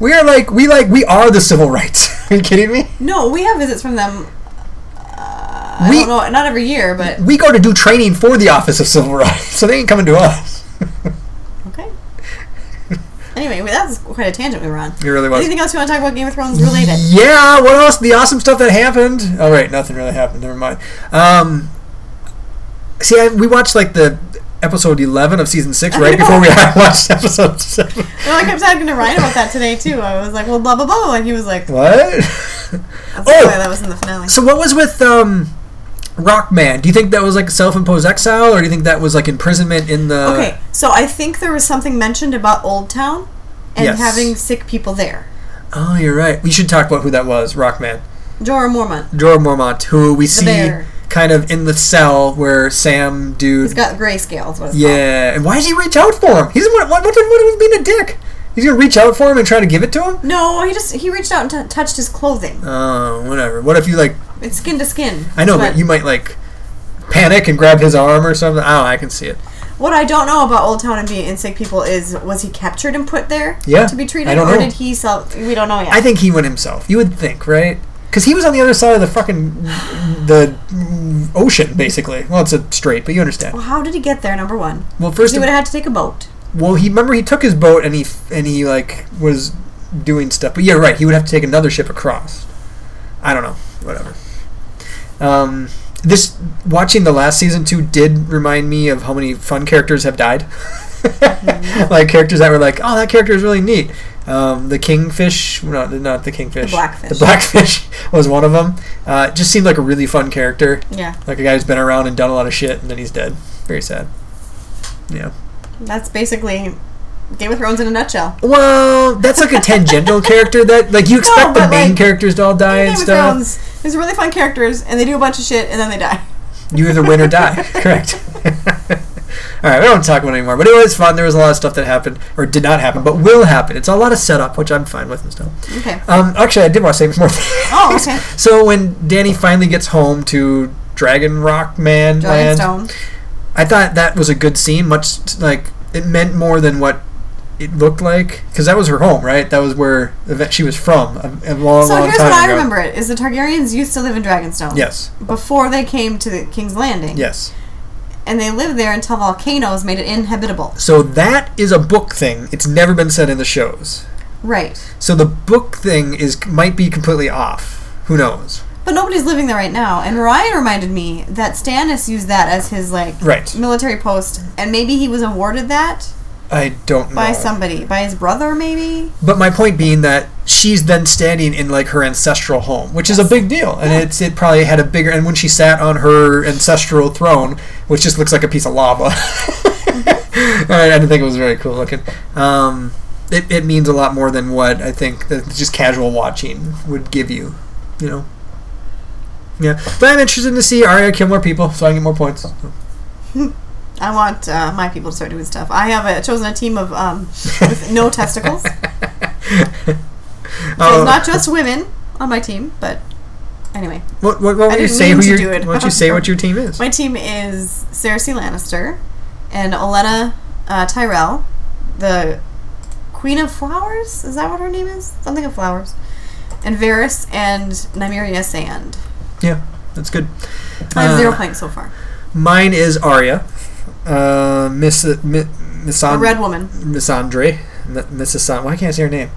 B: We are like we like we are the civil rights. are you kidding me?
A: No, we have visits from them. Uh, I
B: We-
A: don't know, not every year, but
B: We go to do training for the Office of Civil Rights, so they ain't coming to us.
A: okay. Anyway, well, that's quite a tangent we were on.
B: It really was.
A: Anything else you want to talk about Game of Thrones related?
B: Yeah. What else? The awesome stuff that happened. Oh wait, nothing really happened. Never mind. Um, see, I, we watched like the episode eleven of season six right before we watched episode seven.
A: No, I kept talking to Ryan about that today too. I was like, well, blah blah blah, and he was like,
B: What?
A: that's
B: Oh!
A: why that was in the finale.
B: So what was with um, Rockman? Do you think that was like self-imposed exile, or do you think that was like imprisonment in the?
A: Okay, so I think there was something mentioned about Old Town and
B: Yes.
A: having sick people there.
B: Oh, you're right. We should talk about who that was, Rockman.
A: Jorah Mormont,
B: Jorah Mormont, who we see
A: bear.
B: kind of in the cell where Sam
A: he's
B: dude.
A: got grayscale. Is what it's called.
B: yeah, and why does he reach out for him? He's what? What, what, did- what would being a dick? He's gonna reach out for him and try to give it to him.
A: No, he just he reached out and t- touched his clothing.
B: Oh, whatever. What if you like?
A: It's skin to skin.
B: I know,
A: That's
B: but you might like panic and grab his arm or something. Oh, I can see it.
A: What I don't know about Old Town and being insect people is was he captured and put there
B: Yeah,
A: to be treated,
B: I don't
A: or
B: know.
A: did he sell? We don't know yet.
B: I think he went himself. You would think, right? Because he was on the other side of the fucking the ocean, basically. Well, it's a strait, but you understand.
A: well, how did he get there? Number one,
B: Well, first,
A: he
B: of-
A: would have had to take a boat.
B: well, he remember he took his boat and he and he like was doing stuff. But yeah, right. He would have to take another ship across. I don't know. Whatever. Um, this watching the last season too did remind me of how many fun characters have died. like characters that were like, oh, that character is really neat. Um, the kingfish, no, not the kingfish,
A: blackfish.
B: The blackfish was one of them. Uh, it just seemed like a really fun character,
A: Yeah,
B: like a guy who's been around and done a lot of shit, and then he's dead. Very sad. Yeah.
A: that's basically Game of Thrones in a nutshell.
B: Well, that's like a tangential character that like you expect the
A: but,
B: main
A: like,
B: characters to all die
A: Game
B: and
A: of
B: stuff.
A: Thrones, there's really fun characters, and they do a bunch of shit, and then they die.
B: You either win or die. Correct. all right, we don't talk about it anymore. But it was fun. There was a lot of stuff that happened or did not happen, but will happen. It's a lot of setup, which I'm fine with and stuff.
A: Okay.
B: Um, actually, I did want to say more.
A: Oh, okay.
B: so when Danny finally gets home to Dragon Rock Man Land,
A: Dragonstone.
B: I thought that was a good scene. Much like it meant more than what it looked like, because that was her home, right? That was where ev- she was from a, a long,
A: So
B: long
A: here's
B: time
A: what I
B: ago.
A: remember: it is the Targaryens used to live in Dragonstone.
B: Yes,
A: Before they came to the King's Landing.
B: yes.
A: And they lived there until volcanoes made it inhabitable.
B: So that is a book thing. It's never been said in the shows.
A: Right.
B: So the book thing is might be completely off. Who knows?
A: But nobody's living there right now. And Ryan reminded me that Stannis used that as his like
B: Right.
A: military post, and maybe he was awarded that
B: I don't know.
A: by somebody, by his brother, maybe.
B: But my point being that she's then standing in like her ancestral home, which is a big deal, and it's it probably had a bigger. And when she sat on her ancestral throne, which just looks like a piece of lava, I didn't think it was very cool looking. Um, it, it means a lot more than what I think that just casual watching would give you, you know. Yeah, but I'm interested to see Arya kill more people, so I can get more points.
A: I want uh, my people to start doing stuff. I have a, chosen a team of um, with no testicles. So
B: Oh,
A: it's
B: Uh,
A: not just women on my team, but anyway,
B: what, what, what would you
A: didn't
B: say?
A: mean
B: Who
A: to
B: your,
A: do it.
B: Why don't you say what your team is?
A: my team is Cersei Lannister and Olenna uh, Tyrell, the Queen of Flowers. Is that what her name is? Something of flowers. And Varys and Nymeria Sand.
B: Yeah, that's good.
A: I have zero
B: Uh,
A: points so far.
B: Mine is Arya, uh, Miss Mi,
A: A
B: Missan,
A: red woman.
B: Missandre, M- Mrs. San. Why can't I say her name?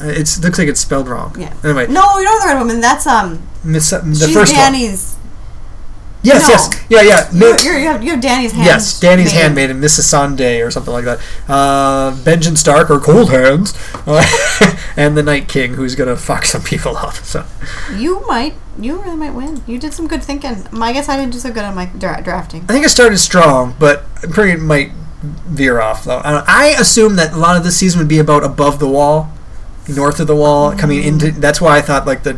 B: Uh, it looks like it's spelled wrong.
A: Yeah.
B: Anyway,
A: No, you know the red woman. That's um.
B: Miss, uh, the
A: she's
B: first one.
A: Danny's.
B: Yes,
A: no.
B: yes, yeah, yeah. Mi-
A: You're, you're, you, have, you have Danny's hand.
B: yes, Danny's
A: made.
B: handmaiden, Mrs. Sande or something like that. Uh, Benjamin Stark or Cold Hands, uh, and the Night King, who's gonna fuck some people up. So,
A: You might. You really might win. You did some good thinking. My I guess I didn't do so good on my dra- drafting.
B: I think I started strong, but I'm pretty might veer off though. Uh, I, I assume that a lot of this season would be about above the wall, north of the wall,
A: Mm.
B: coming into. That's why I thought like the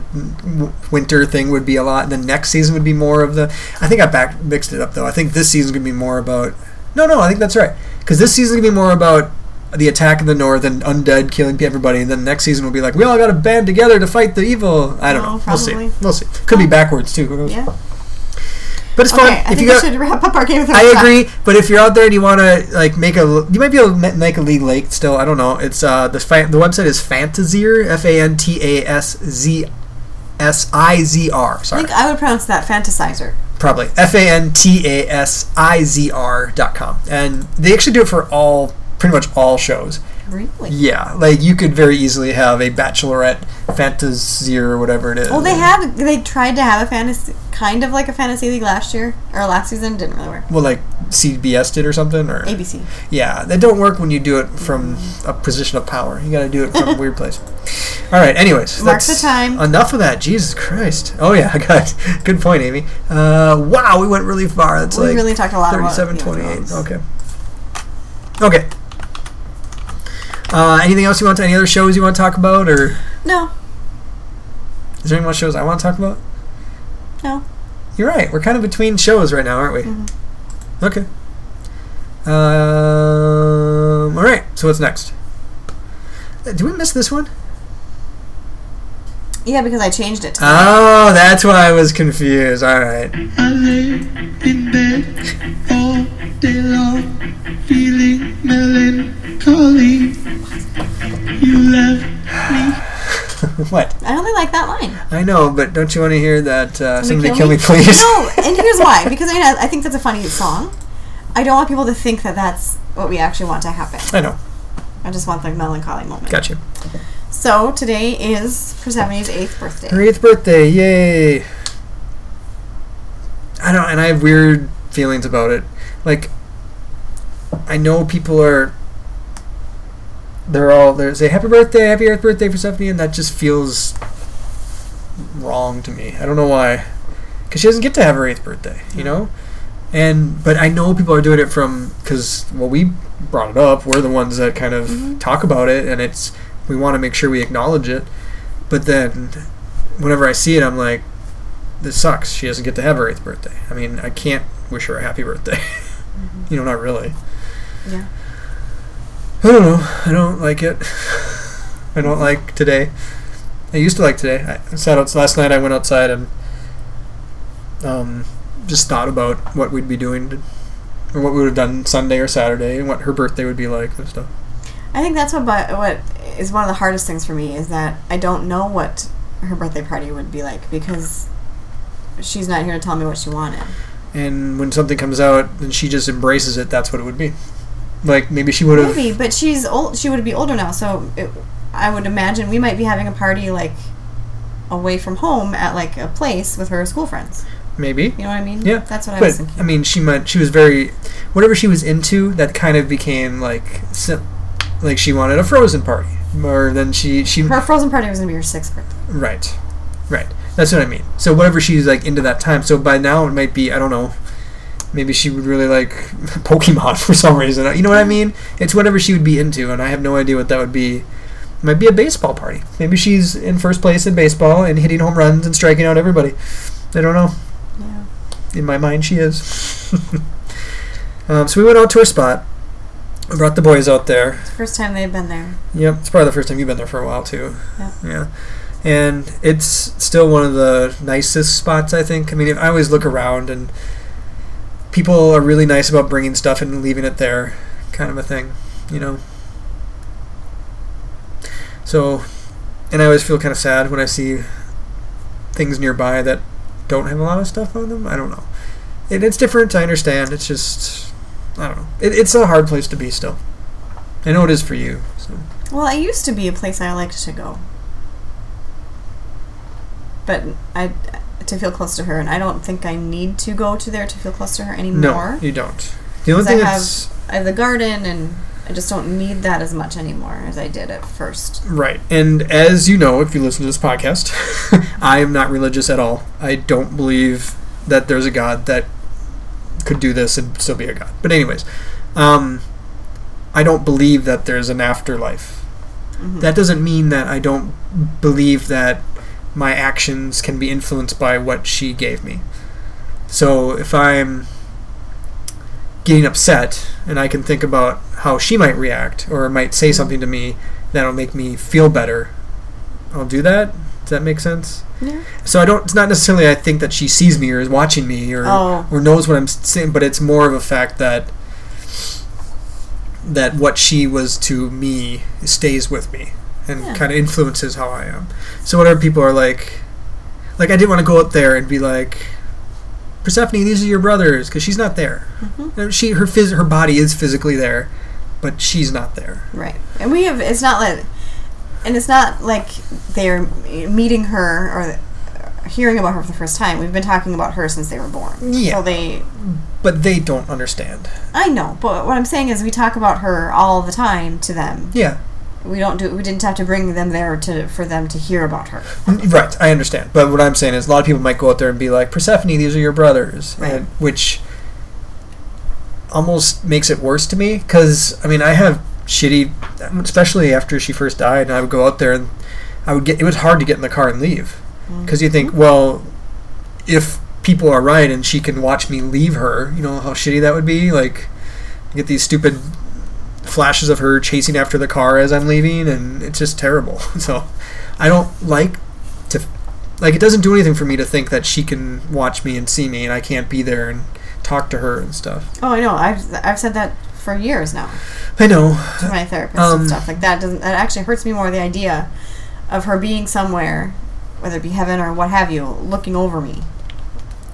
B: w- winter thing would be a lot, and the next season would be more of the. I think I back mixed it up though. I think this season's gonna be more about. No, no, I think that's right. Because this season's gonna be more about the attack in the north and undead killing everybody. And then next season will be like we all got to band together to fight the evil. I don't
A: Oh,
B: know. We'll see.
A: probably.
B: We'll see. Could be backwards too. Who knows?
A: Yeah.
B: But it's
A: Okay.
B: fun.
A: I
B: if
A: think
B: you
A: we
B: got,
A: should wrap up our game. Of
B: I
A: Thrones.
B: agree, but if you're out there and you want to like make a, you might be able to ma- make a league lake still. I don't know. It's uh the fa- the website is Fantasier F A N T A S Z S I Z R.
A: I
B: Sorry,
A: think I would pronounce that fantasizer.
B: probably F A N T A S I Z R dot com, and they actually do it for all pretty much all shows.
A: Really?
B: Yeah, like you could very easily have a Bachelorette Fantasier or whatever it is.
A: Well, they had. They tried to have a fantasy, kind of like a fantasy league last year or last season. Didn't really work.
B: Well, like CBS did or something, or
A: ABC.
B: Yeah, they don't work when you do it from a position of power. You got to do it from a weird place. All right. Anyways,
A: Mark the time.
B: Enough of that. Jesus Christ. Oh yeah, I got good point, Amy. Uh, wow, we went really far. That's
A: We
B: like
A: really talked a lot about
B: thirty-seven
A: Game of
B: twenty-eight.
A: Thrones.
B: Okay. Okay. Uh, anything else you want? To, any other shows you want to talk about, or
A: No,
B: is there any more shows I want to talk about?
A: no.
B: You're right. We're kind of between shows right now, aren't we? Okay. Um, all right. So what's next? Uh, Do we miss this one?
A: Yeah, because I changed it. To
B: Oh, that's why I was confused. All right.
D: I lay in bed all day long, feeling melancholy. You left
B: what?
A: I only like that line.
B: I know, but don't you want to hear that? Uh, Somebody kill, me, please.
A: No, and here's why. Because I mean, I I think that's a funny song. I don't want people to think that that's what we actually want to happen.
B: I know.
A: I just want the melancholy moment.
B: Gotcha.
A: So today is Persephone's eighth birthday.
B: Her eighth birthday, yay! I don't, and I have weird feelings about it. Like, I know people are, they're all they say happy birthday, happy eighth birthday for Stephanie, and that just feels wrong to me. I don't know why, because she doesn't get to have her eighth birthday, you know. And but I know people are doing it from because well we brought it up. We're the ones that kind of talk about it, and it's we want to make sure we acknowledge it. But then, whenever I see it, I'm like, this sucks. She doesn't get to have her eighth birthday. I mean, I can't wish her a happy birthday. you know, not really.
A: Yeah.
B: I don't know. I don't like it. I don't like today. I used to like today. I sat out last night. I went outside and um, just thought about what we'd be doing, to, or what we would have done Sunday or Saturday, and what her birthday would be like and stuff.
A: I think that's what bu- what is one of the hardest things for me is that I don't know what her birthday party would be like because she's not here to tell me what she wanted.
B: And when something comes out and she just embraces it, that's what it would be. Like maybe she would have.
A: Maybe, but she's old. She would be older now, so it, I would imagine we might be having a party like away from home at like a place with her school friends.
B: Maybe.
A: You know what I mean?
B: Yeah,
A: that's what I
B: but,
A: was thinking.
B: I mean, she meant she was very, whatever she was into, that kind of became like, sim- like she wanted a Frozen party, or then she she
A: Her frozen party was gonna be her sixth birthday.
B: right, right. That's what I mean. So whatever she's like into that time. So by now it might be I don't know, maybe she would really like Pokemon for some reason. You know what I mean? It's whatever she would be into, and I have no idea what that would be. It might be a baseball party. Maybe she's in first place in baseball and hitting home runs and striking out everybody. I don't know
A: Yeah.
B: in my mind she is. um, so we went out to her spot. We brought the boys out there.
A: It's the first time they've been there.
B: Yep, it's probably the first time you've been there for a while too.
A: Yeah.
B: Yeah. And it's still one of the nicest spots, I think. I mean, if I always look around and people are really nice about bringing stuff and leaving it there, kind of a thing, you know. So, and I always feel kind of sad when I see things nearby that don't have a lot of stuff on them. I don't know. It, it's different. I understand. It's just, I don't know. It, it's a hard place to be still. I know it is for you. So.
A: Well, it used to be a place I liked to go, but I to feel close to her, and I don't think I need to go to there to feel close to her anymore.
B: No, you don't. The only
A: 'Cause I
B: thing
A: have-
B: that's
A: I have the garden, and I just don't need that as much anymore as I did at first.
B: right, and as you know, if you listen to this podcast, I am not religious at all. I don't believe that there's a God that could do this and still be a God. But anyways, um, I don't believe that there's an afterlife. That doesn't mean that I don't believe that my actions can be influenced by what she gave me. So if I'm getting upset and I can think about how she might react or might say something to me that'll make me feel better, I'll do that. Does that make sense?
A: Yeah.
B: So I don't. It's not necessarily I think that she sees me or is watching me or
A: Oh.
B: or knows what I'm saying, but it's more of a fact that that what she was to me stays with me and
A: Yeah.
B: kind of influences how I am. So whatever people are like, like I didn't want to go up there and be like, Persephone, these are your brothers, because she's not there.
A: Mm-hmm.
B: No, She her phys- her body is physically there, but she's not there.
A: Right. And we have. It's not like, and it's not like they're meeting her or hearing about her for the first time. We've been talking about her since they were born.
B: Yeah.
A: So they
B: But they don't understand.
A: I know, but what I'm saying is we talk about her all the time to them.
B: Yeah.
A: We don't do we didn't have to bring them there to for them to hear about her.
B: Right, I understand. But what I'm saying is, a lot of people might go out there and be like, Persephone, these are your brothers.
A: Right.
B: And- which almost makes it worse to me because, I mean, I have shitty, especially after she first died. And I would go out there and I would get. It was hard to get in the car and leave because you think, well, if people are right and she can watch me leave her, you know how shitty that would be. Like, you get these stupid flashes of her chasing after the car as I'm leaving, and it's just terrible. So, I don't like to. Like, it doesn't do anything for me to think that she can watch me and see me, and I can't be there and talk to her and stuff.
A: Oh, I know. I've I've said that for years now
B: I know.
A: to my therapist
B: Um,
A: and stuff like that. Doesn't that actually hurts me more the idea of her being somewhere, whether it be heaven or what have you, looking over me.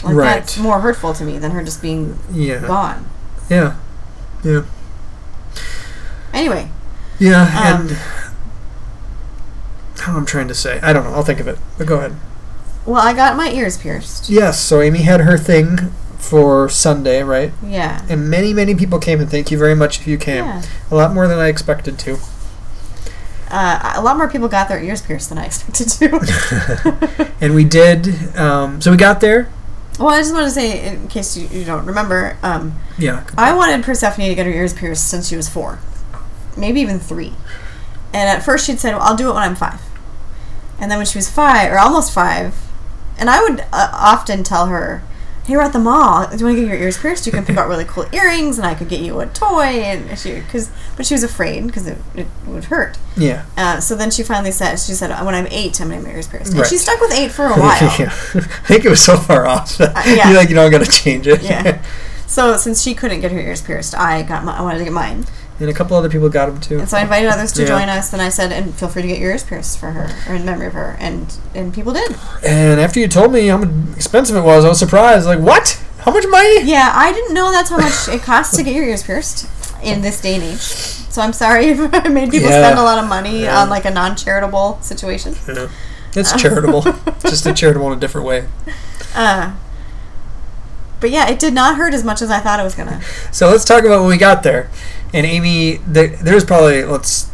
A: Like that's
B: Right.
A: more hurtful to me than her just being
B: Yeah.
A: gone.
B: Yeah. Yeah.
A: Anyway,
B: Yeah.
A: Um,
B: and how I'm trying to say. I don't know. I'll think of it. But go ahead.
A: well, I got my ears pierced.
B: Yes. So Amy had her thing for Sunday, right?
A: Yeah.
B: And many, many people came and thank you very much if you came.
A: Yeah.
B: A lot more than I expected to.
A: Uh, a lot more people got their ears pierced than I expected to.
B: And we did. Um, so we got there.
A: well, I just want to say, in case you, you don't remember, um,
B: Yeah.
A: I wanted Persephone to get her ears pierced since she was four, maybe even three. And at first she'd said, well, "I'll do it when I'm five. And then when she was five, or almost five, and I would uh, often tell her, "Hey, we're at the mall. Do you want to get your ears pierced? You can pick out really cool earrings, and I could get you a toy." And she, cause, but she was afraid because it, it would hurt.
B: Yeah.
A: Uh, so then she finally said, "She said, when I'm eight, I'm gonna get my ears pierced." And
B: Right.
A: she stuck with eight for a while. Uh,
B: yeah. I think it was so far off that
A: yeah.
B: you're like, you know, I gotta change it.
A: Yeah. So since she couldn't get her ears pierced, I got my, I wanted to get mine.
B: and a couple other people got them too.
A: And so I invited others to
B: Yeah.
A: join us, and I said, "And feel free to get your ears pierced for her, or in memory of her." And and people did.
B: And after you told me how expensive it was, I was surprised. Like, what? How much money?
A: Yeah, I didn't know that's how much it costs to get your ears pierced in this day and age. So I'm sorry if I made people
B: Yeah.
A: spend a lot of money
B: Yeah.
A: on like a non-charitable situation.
B: It's charitable. It's just a charitable in a different way.
A: Uh, but yeah, it did not hurt as much as I thought it was gonna.
B: So let's talk about when we got there. And Amy, there, there was probably let's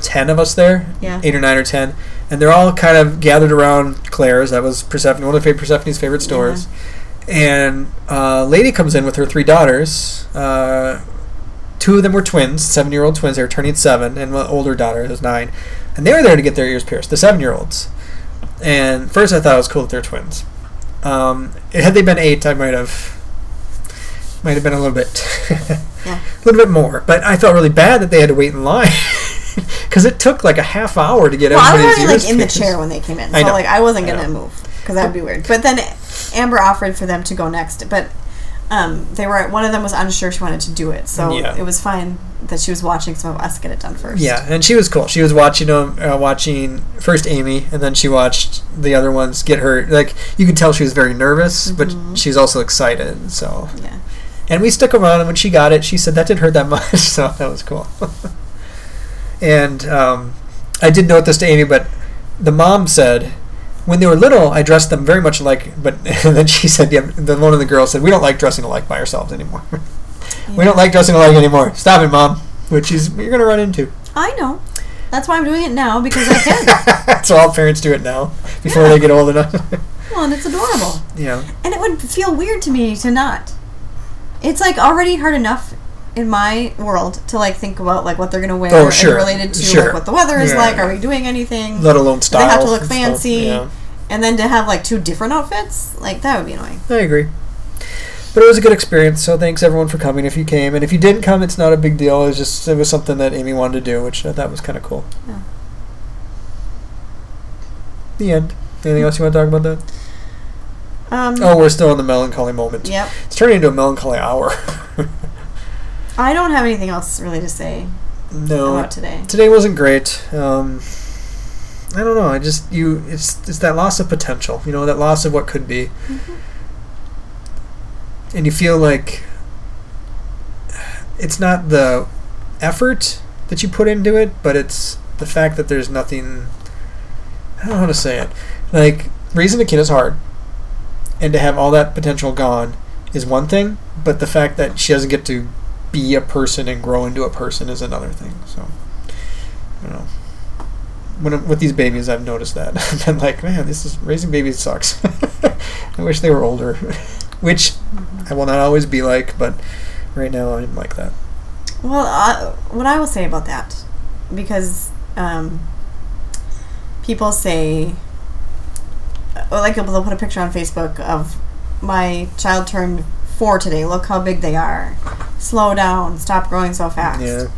B: ten of us there,
A: Yeah.
B: eight or nine or ten, and they're all kind of gathered around Claire's. That was Persephone, one of Fa- Persephone's favorite stores. And uh, lady comes in with her three daughters. Uh, two of them were twins, seven-year-old twins. They were turning seven, and one older daughter was nine. And they were there to get their ears pierced, the seven-year-olds. And first, I thought it was cool that they're twins. Um, had they been eight, I might have might have been a little bit
A: Yeah.
B: a little bit more but i felt really bad that they had to wait in line because it took like a half hour to get
A: Well, I was
B: everybody's
A: already like
B: ears
A: in the
B: pierced.
A: chair when they came in, so
B: I know.
A: like I wasn't
B: I
A: gonna
B: know.
A: move because that'd be weird. But then Amber offered for them to go next, but um, they were one of them was unsure she wanted to do it, so
B: Yeah.
A: it was fine that she was watching some of us get it done first.
B: yeah and she was cool she was watching um, uh, watching first amy and then she watched the other ones get her like you could tell she was very nervous
A: Mm-hmm.
B: but she was also excited so
A: yeah.
B: and we stuck around and when she got it she said that didn't hurt that much so that was cool and um, i did note this to amy but the mom said when they were little i dressed them very much alike but and then she said yeah, the one of the girls said we don't like dressing alike by ourselves anymore we don't like dressing alike anymore stop it mom which is you're going to run into
A: I know. That's why I'm doing it now because I can.
B: so all parents do it now before they get old enough
A: well, and it's adorable,
B: yeah
A: and it would feel weird to me to not. It's like already hard enough in my world to like think about like what they're gonna wear
B: Oh,
A: and
B: sure.
A: related to
B: Sure.
A: like what the weather is
B: Yeah.
A: like. Are we doing anything?
B: let alone style
A: have to look
B: and stuff,
A: fancy.
B: yeah.
A: and then to have like two different outfits, like that would be annoying.
B: I agree. But it was a good experience, so thanks everyone for coming if you came. And if you didn't come, it's not a big deal. It was just it was something that Amy wanted to do, which I thought was kind of cool.
A: Yeah.
B: The end. Anything else you want to talk about that?
A: Um,
B: Oh, we're still in the melancholy moment.
A: Yep.
B: It's turning into a melancholy hour.
A: I don't have anything else really to say
B: no.
A: about today.
B: Today wasn't great. Um, I don't know. I just you. It's it's that loss of potential. You know that loss of what could be,
A: Mm-hmm.
B: and you feel like it's not the effort that you put into it, but it's the fact that there's nothing. I don't know how to say it. Like raising a kid is hard, and to have all that potential gone is one thing, but the fact that she doesn't get to be a person and grow into a person is another thing. So you know. When I'm, with these babies, I've noticed that. I've been like, man, this is raising babies sucks. I wish they were older, which I will not always be like, but right now I'm like that.
A: Well, uh, what I will say about that, because um, people say, or like they'll put a picture on Facebook of my child turned four today. Look how big they are. Slow down. Stop growing so fast.
B: Yeah.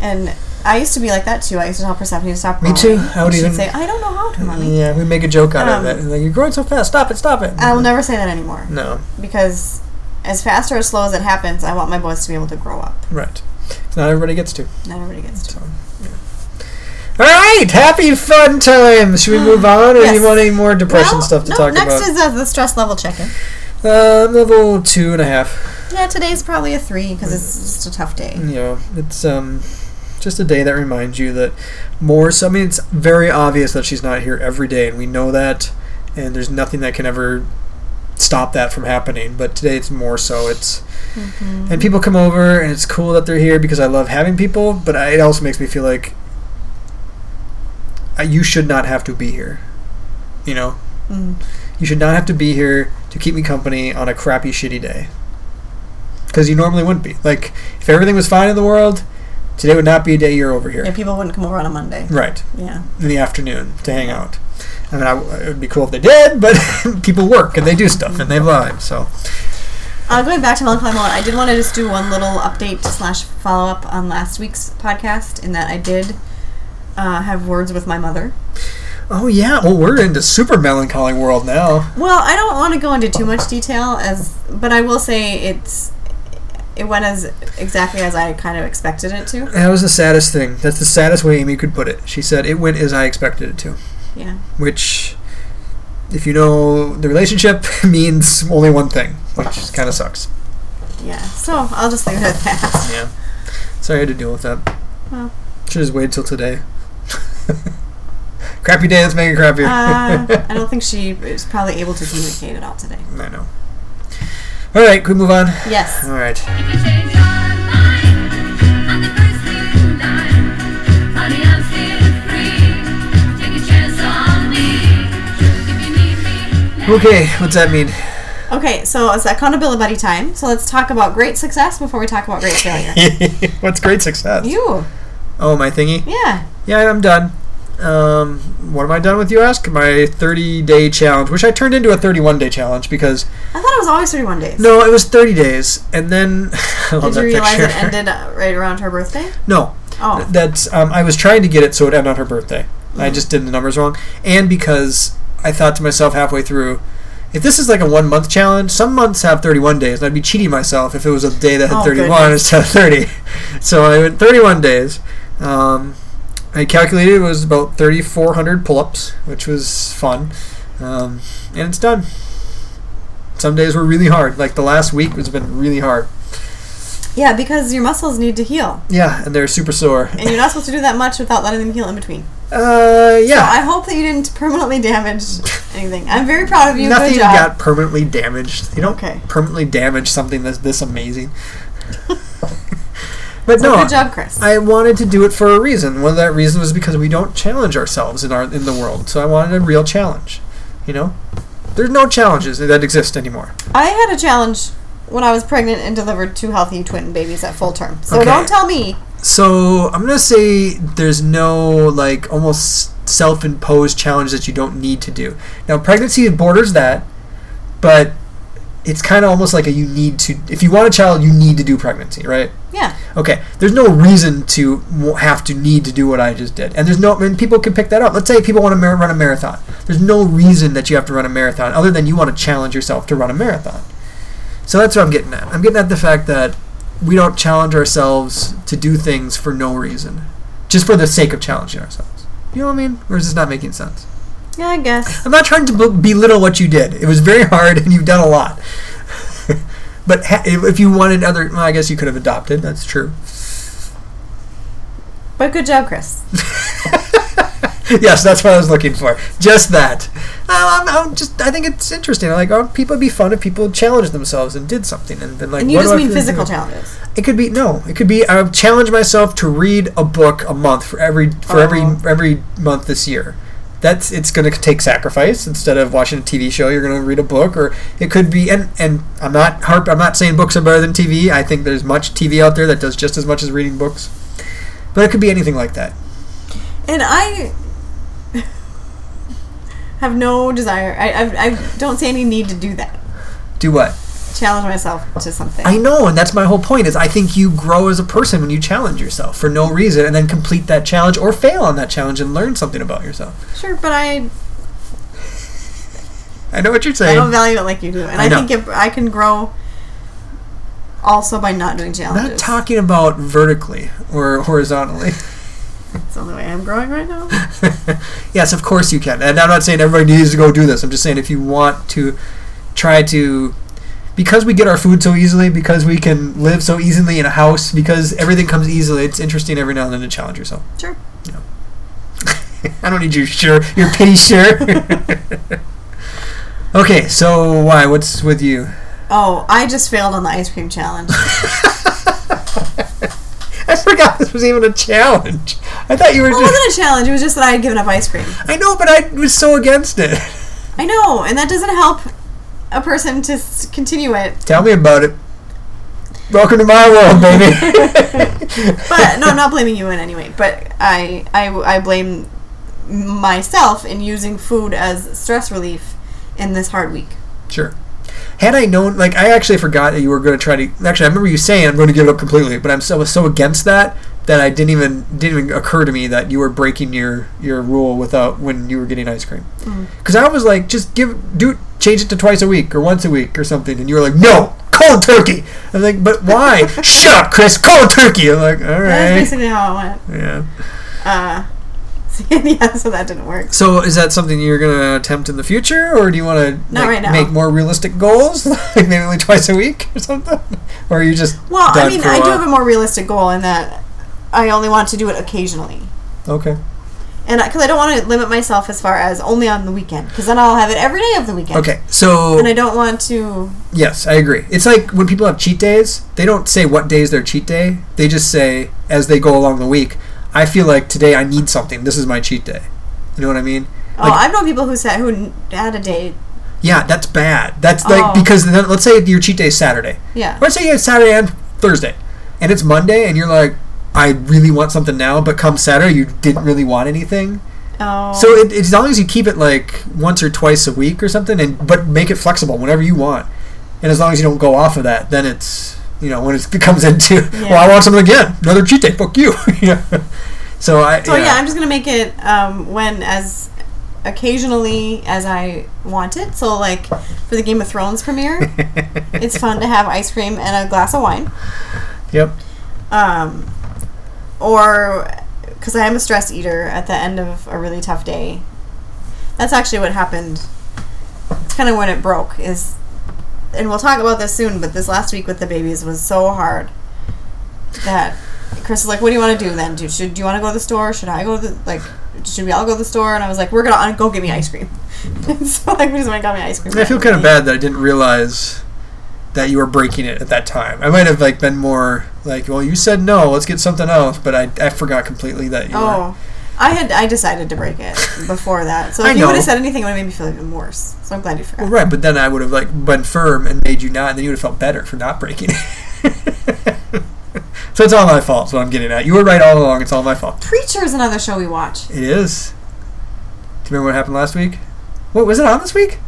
A: And I used to be like that too. I used to tell Persephone to stop
B: Me
A: growing.
B: too. I would
A: She'd
B: even-
A: say, "I don't know how to, mommy."
B: Yeah, we make a joke out
A: Um,
B: of it. Like you're growing so fast. Stop it. Stop it.
A: I will never say that anymore
B: No,
A: because, as fast or as slow as it happens, I want my boys to be able to grow up.
B: right. Not everybody gets to.
A: Not everybody gets to.
B: All right, happy fun time. Should we move on, or do
A: Yes.
B: you want any more depression
A: Well,
B: stuff to
A: no,
B: talk
A: next
B: about?
A: is uh, the stress level check-in.
B: uh, level two and a half.
A: Yeah, today's probably a three because it's just a tough day.
B: You know, it's um, just a day that reminds you that more. So I mean, it's very obvious that she's not here every day, and we know that. And there's nothing that can ever stop that from happening. But today, it's more so. It's
A: Mm-hmm.
B: and people come over, and it's cool that they're here because I love having people. But I, it also makes me feel like I, you should not have to be here. You know,
A: Mm.
B: you should not have to be here to keep me company on a crappy, shitty day. Because you normally wouldn't be. Like, if everything was fine in the world, today would not be a day you're over here.
A: Yeah, people wouldn't come over on a Monday.
B: Right,
A: Yeah.
B: in the afternoon to hang out. I mean, I, it would be cool if they did, but people work and they do stuff and they have lives. So,
A: Uh, going back to Melancholy Mullet, I did want to just do one little update slash follow up on last week's podcast in that I did uh, have words with my mother.
B: oh yeah, well, we're into super melancholy world now.
A: Well, I don't want to go into too much detail as, but I will say it's it went as exactly as I kind of expected it to.
B: That was the saddest thing. That's the saddest way Amy could put it. She said, It went as I expected it to.
A: Yeah.
B: which, if you know the relationship, means only one thing, which kind of sucks.
A: Yeah. So I'll just leave it at that.
B: Yeah. Sorry I had to deal with that.
A: Well.
B: Should just wait till today. crappy day, let's make it crappier.
A: Uh, I don't think she is probably able to communicate at all today.
B: I know. Alright, can we move on?
A: Yes.
B: Alright.
E: If you change your mind on the first blue light, honey, I'm still free. Take a chance on me. If you need me, let
B: Okay, what's that mean?
A: Okay, so it's accountability time. So let's talk about great success before we talk about great failure.
B: what's great success?
A: you,
B: Oh, my thingy?
A: yeah.
B: Yeah, I'm done. Um, what am I done with, you ask? My 30 day challenge, which I turned into a 31 day challenge because
A: I thought it was always 31 days.
B: No, it was 30 days, and then
A: Did
B: I love
A: you
B: Oh, that
A: realize
B: picture.
A: it ended uh, right around her birthday?
B: No,
A: Oh,
B: that's um, I was trying to get it so it ended on her birthday. I
A: Mm-hmm.
B: just did the numbers wrong, and because I thought to myself halfway through, if this is like a one month challenge, some months have 31 days, and I'd be cheating myself if it was a day that had
A: Oh,
B: 31
A: goodness.
B: instead of 30. So I went 31 days. Um, I calculated it was about 3,400 pull-ups, which was fun, um, and it's done. Some days were really hard. Like the last week has been really hard.
A: yeah, because your muscles need to heal,
B: Yeah, and they're super sore.
A: and you're not supposed to do that much without letting them heal in between.
B: Uh, yeah.
A: I hope that you didn't permanently damage anything. I'm very proud of you.
B: Nothing
A: Good job.
B: got permanently damaged. You don't
A: Okay.
B: permanently damage something that's this amazing. but
A: So
B: no,
A: good job, Chris.
B: I wanted to do it for a reason. One of that reason was because we don't challenge ourselves in our in the world. So I wanted a real challenge. You know, there's no challenges that exist anymore.
A: I had a challenge when I was pregnant and delivered two healthy twin babies at full term. So
B: Okay.
A: don't tell me.
B: So I'm gonna say there's no like almost self-imposed challenge that you don't need to do. Now pregnancy borders that, but it's kind of almost like a you need to. If you want a child, you need to do pregnancy, right?
A: Yeah.
B: Okay, there's no reason to w- have to need to do what I just did, and there's no. And people can pick that up. Let's say people want to mar- run a marathon. There's no reason that you have to run a marathon other than you want to challenge yourself to run a marathon. So that's what I'm getting at. I'm getting at the fact that we don't challenge ourselves to do things for no reason, just for the sake of challenging ourselves. You know what I mean? Or is this not making sense?
A: Yeah, I guess.
B: I'm not trying to bel- belittle what you did. It was very hard, and you've done a lot. but ha- if if you wanted other, well, I guess you could have adopted. That's true.
A: But good job, Chris.
B: yes, that's what I was looking for. Just that. Um, I'm just. I think it's interesting. Like, oh, people would be fun if people challenged themselves and did something, and then like.
A: And you
B: what
A: just
B: do I
A: mean
B: feel like
A: physical
B: doing?
A: challenges.
B: It could be no. It could be I would challenge myself to read a book a month for every for
A: Oh.
B: every every month this year. that's it's going to take sacrifice. Instead of watching a TV show, you're going to read a book, or it could be. And and I'm not harp. I'm not saying books are better than TV. I think there's much TV out there that does just as much as reading books, but it could be anything like that.
A: And I have no desire. I, I, I don't see any need to do that.
B: Do what?
A: Challenge myself to something.
B: I know, and that's my whole point. Is I think you grow as a person when you challenge yourself for no reason, and then complete that challenge or fail on that challenge and learn something about yourself.
A: sure, but I
B: I know what you're
A: I
B: saying.
A: don't value it like you do, and
B: I
A: I,
B: know.
A: think if I can grow also by not doing
B: I'm
A: challenges.
B: not talking about vertically or horizontally.
A: That's the only way I'm growing right now.
B: yes, of course you can. And I'm not saying everybody needs to go do this. I'm just saying if you want to try to because we get our food so easily, because we can live so easily in a house, because everything comes easily, it's interesting every now and then to challenge yourself.
A: Sure.
B: I don't need your sure, your pity sure. okay, so why? What's with you?
A: Oh, I just failed on the ice cream challenge.
B: I forgot this was even a challenge. I thought you were
A: it
B: just.
A: wasn't a challenge. It was just that I had given up ice cream.
B: I know, but I was so against it.
A: I know, and that doesn't help a person to s- continue it.
B: Tell me about it. Welcome to my world, baby.
A: But no, I'm not blaming you in any way. But I, I, I blame myself in using food as stress relief in this hard week.
B: Sure. Had I known, like, I actually forgot that you were going to try to. Actually, I remember you saying I'm going to give it up completely, but I'm so was so against that that I didn't even didn't even occur to me that you were breaking your your rule without when you were getting ice cream. Because I was like, just give do change it to twice a week or once a week or something, and you were like, no, cold turkey. I was like, but why? Shut up, Chris. Cold turkey. I'm like, all
A: That's
B: right.
A: basically how it went.
B: Yeah.
A: Uh, yeah, so that didn't work.
B: So is that something you're going to attempt in the future, or do you want to
A: Not right now.
B: make more realistic goals, like maybe only twice a week or something, or are you just
A: Well, I
B: done
A: mean,
B: for a
A: I do
B: while?
A: have a more realistic goal in that I only want to do it occasionally.
B: okay?
A: And because I don't want to limit myself as far as only on the weekend, because then I'll have it every day of the weekend.
B: Okay, so
A: And I don't want to. oh,
B: yes, I agree. It's like when people have cheat days, they don't say what day is their cheat day. They just say as they go along the week. I feel like today I need something. This is my cheat day. You know what I mean?
A: Oh,
B: Like-
A: I've known people who said who n- had a day.
B: Yeah, that's bad. That's like
A: Oh.
B: because then, let's say your cheat day is Saturday.
A: Yeah.
B: Let's say you have Saturday and Thursday, and it's Monday, and you're like, I really want something now, but come Saturday, you didn't really want anything.
A: Oh.
B: So it, as long as you keep it like once or twice a week or something, and but make it flexible whenever you want, and as long as you don't go off of that, then it's you know when it becomes into well, I want something again, another cheat day, fuck you. yeah. So I
A: So yeah. I'm just gonna make it um, when as occasionally as I want it. So like for the Game of Thrones premiere, it's fun to have ice cream and a glass of wine.
B: yep.
A: um, or because I am a stress eater at the end of a really tough day. That's actually what happened. It's kind of when it broke is, and we'll talk about this soon. But this last week with the babies was so hard that Chris is like, "What do you want to do then? Do should do you want to go to the store? Should I go to the like?" Should we all go to the store? And I was like, "We're gonna uh, go get me ice cream." so like, we just went and got me ice cream.
B: I feel kind of bad that I didn't realize that you were breaking it at that time. I might have like been more like, well, you said no, let's get something else, but I, I forgot completely that you. Were.
A: Oh, I had I decided to break it before that. So
B: I
A: if you
B: know.
A: would have said anything, it would have made me feel even worse. So I'm glad you forgot.
B: Well, right, but then I would have like been firm and made you not, and then you would have felt better for not breaking it. so it's all my fault. Is what I'm getting at. You were right all along. It's all my fault.
A: Preacher is another show we watch.
B: It is. Do you remember what happened last week? What was it on this week?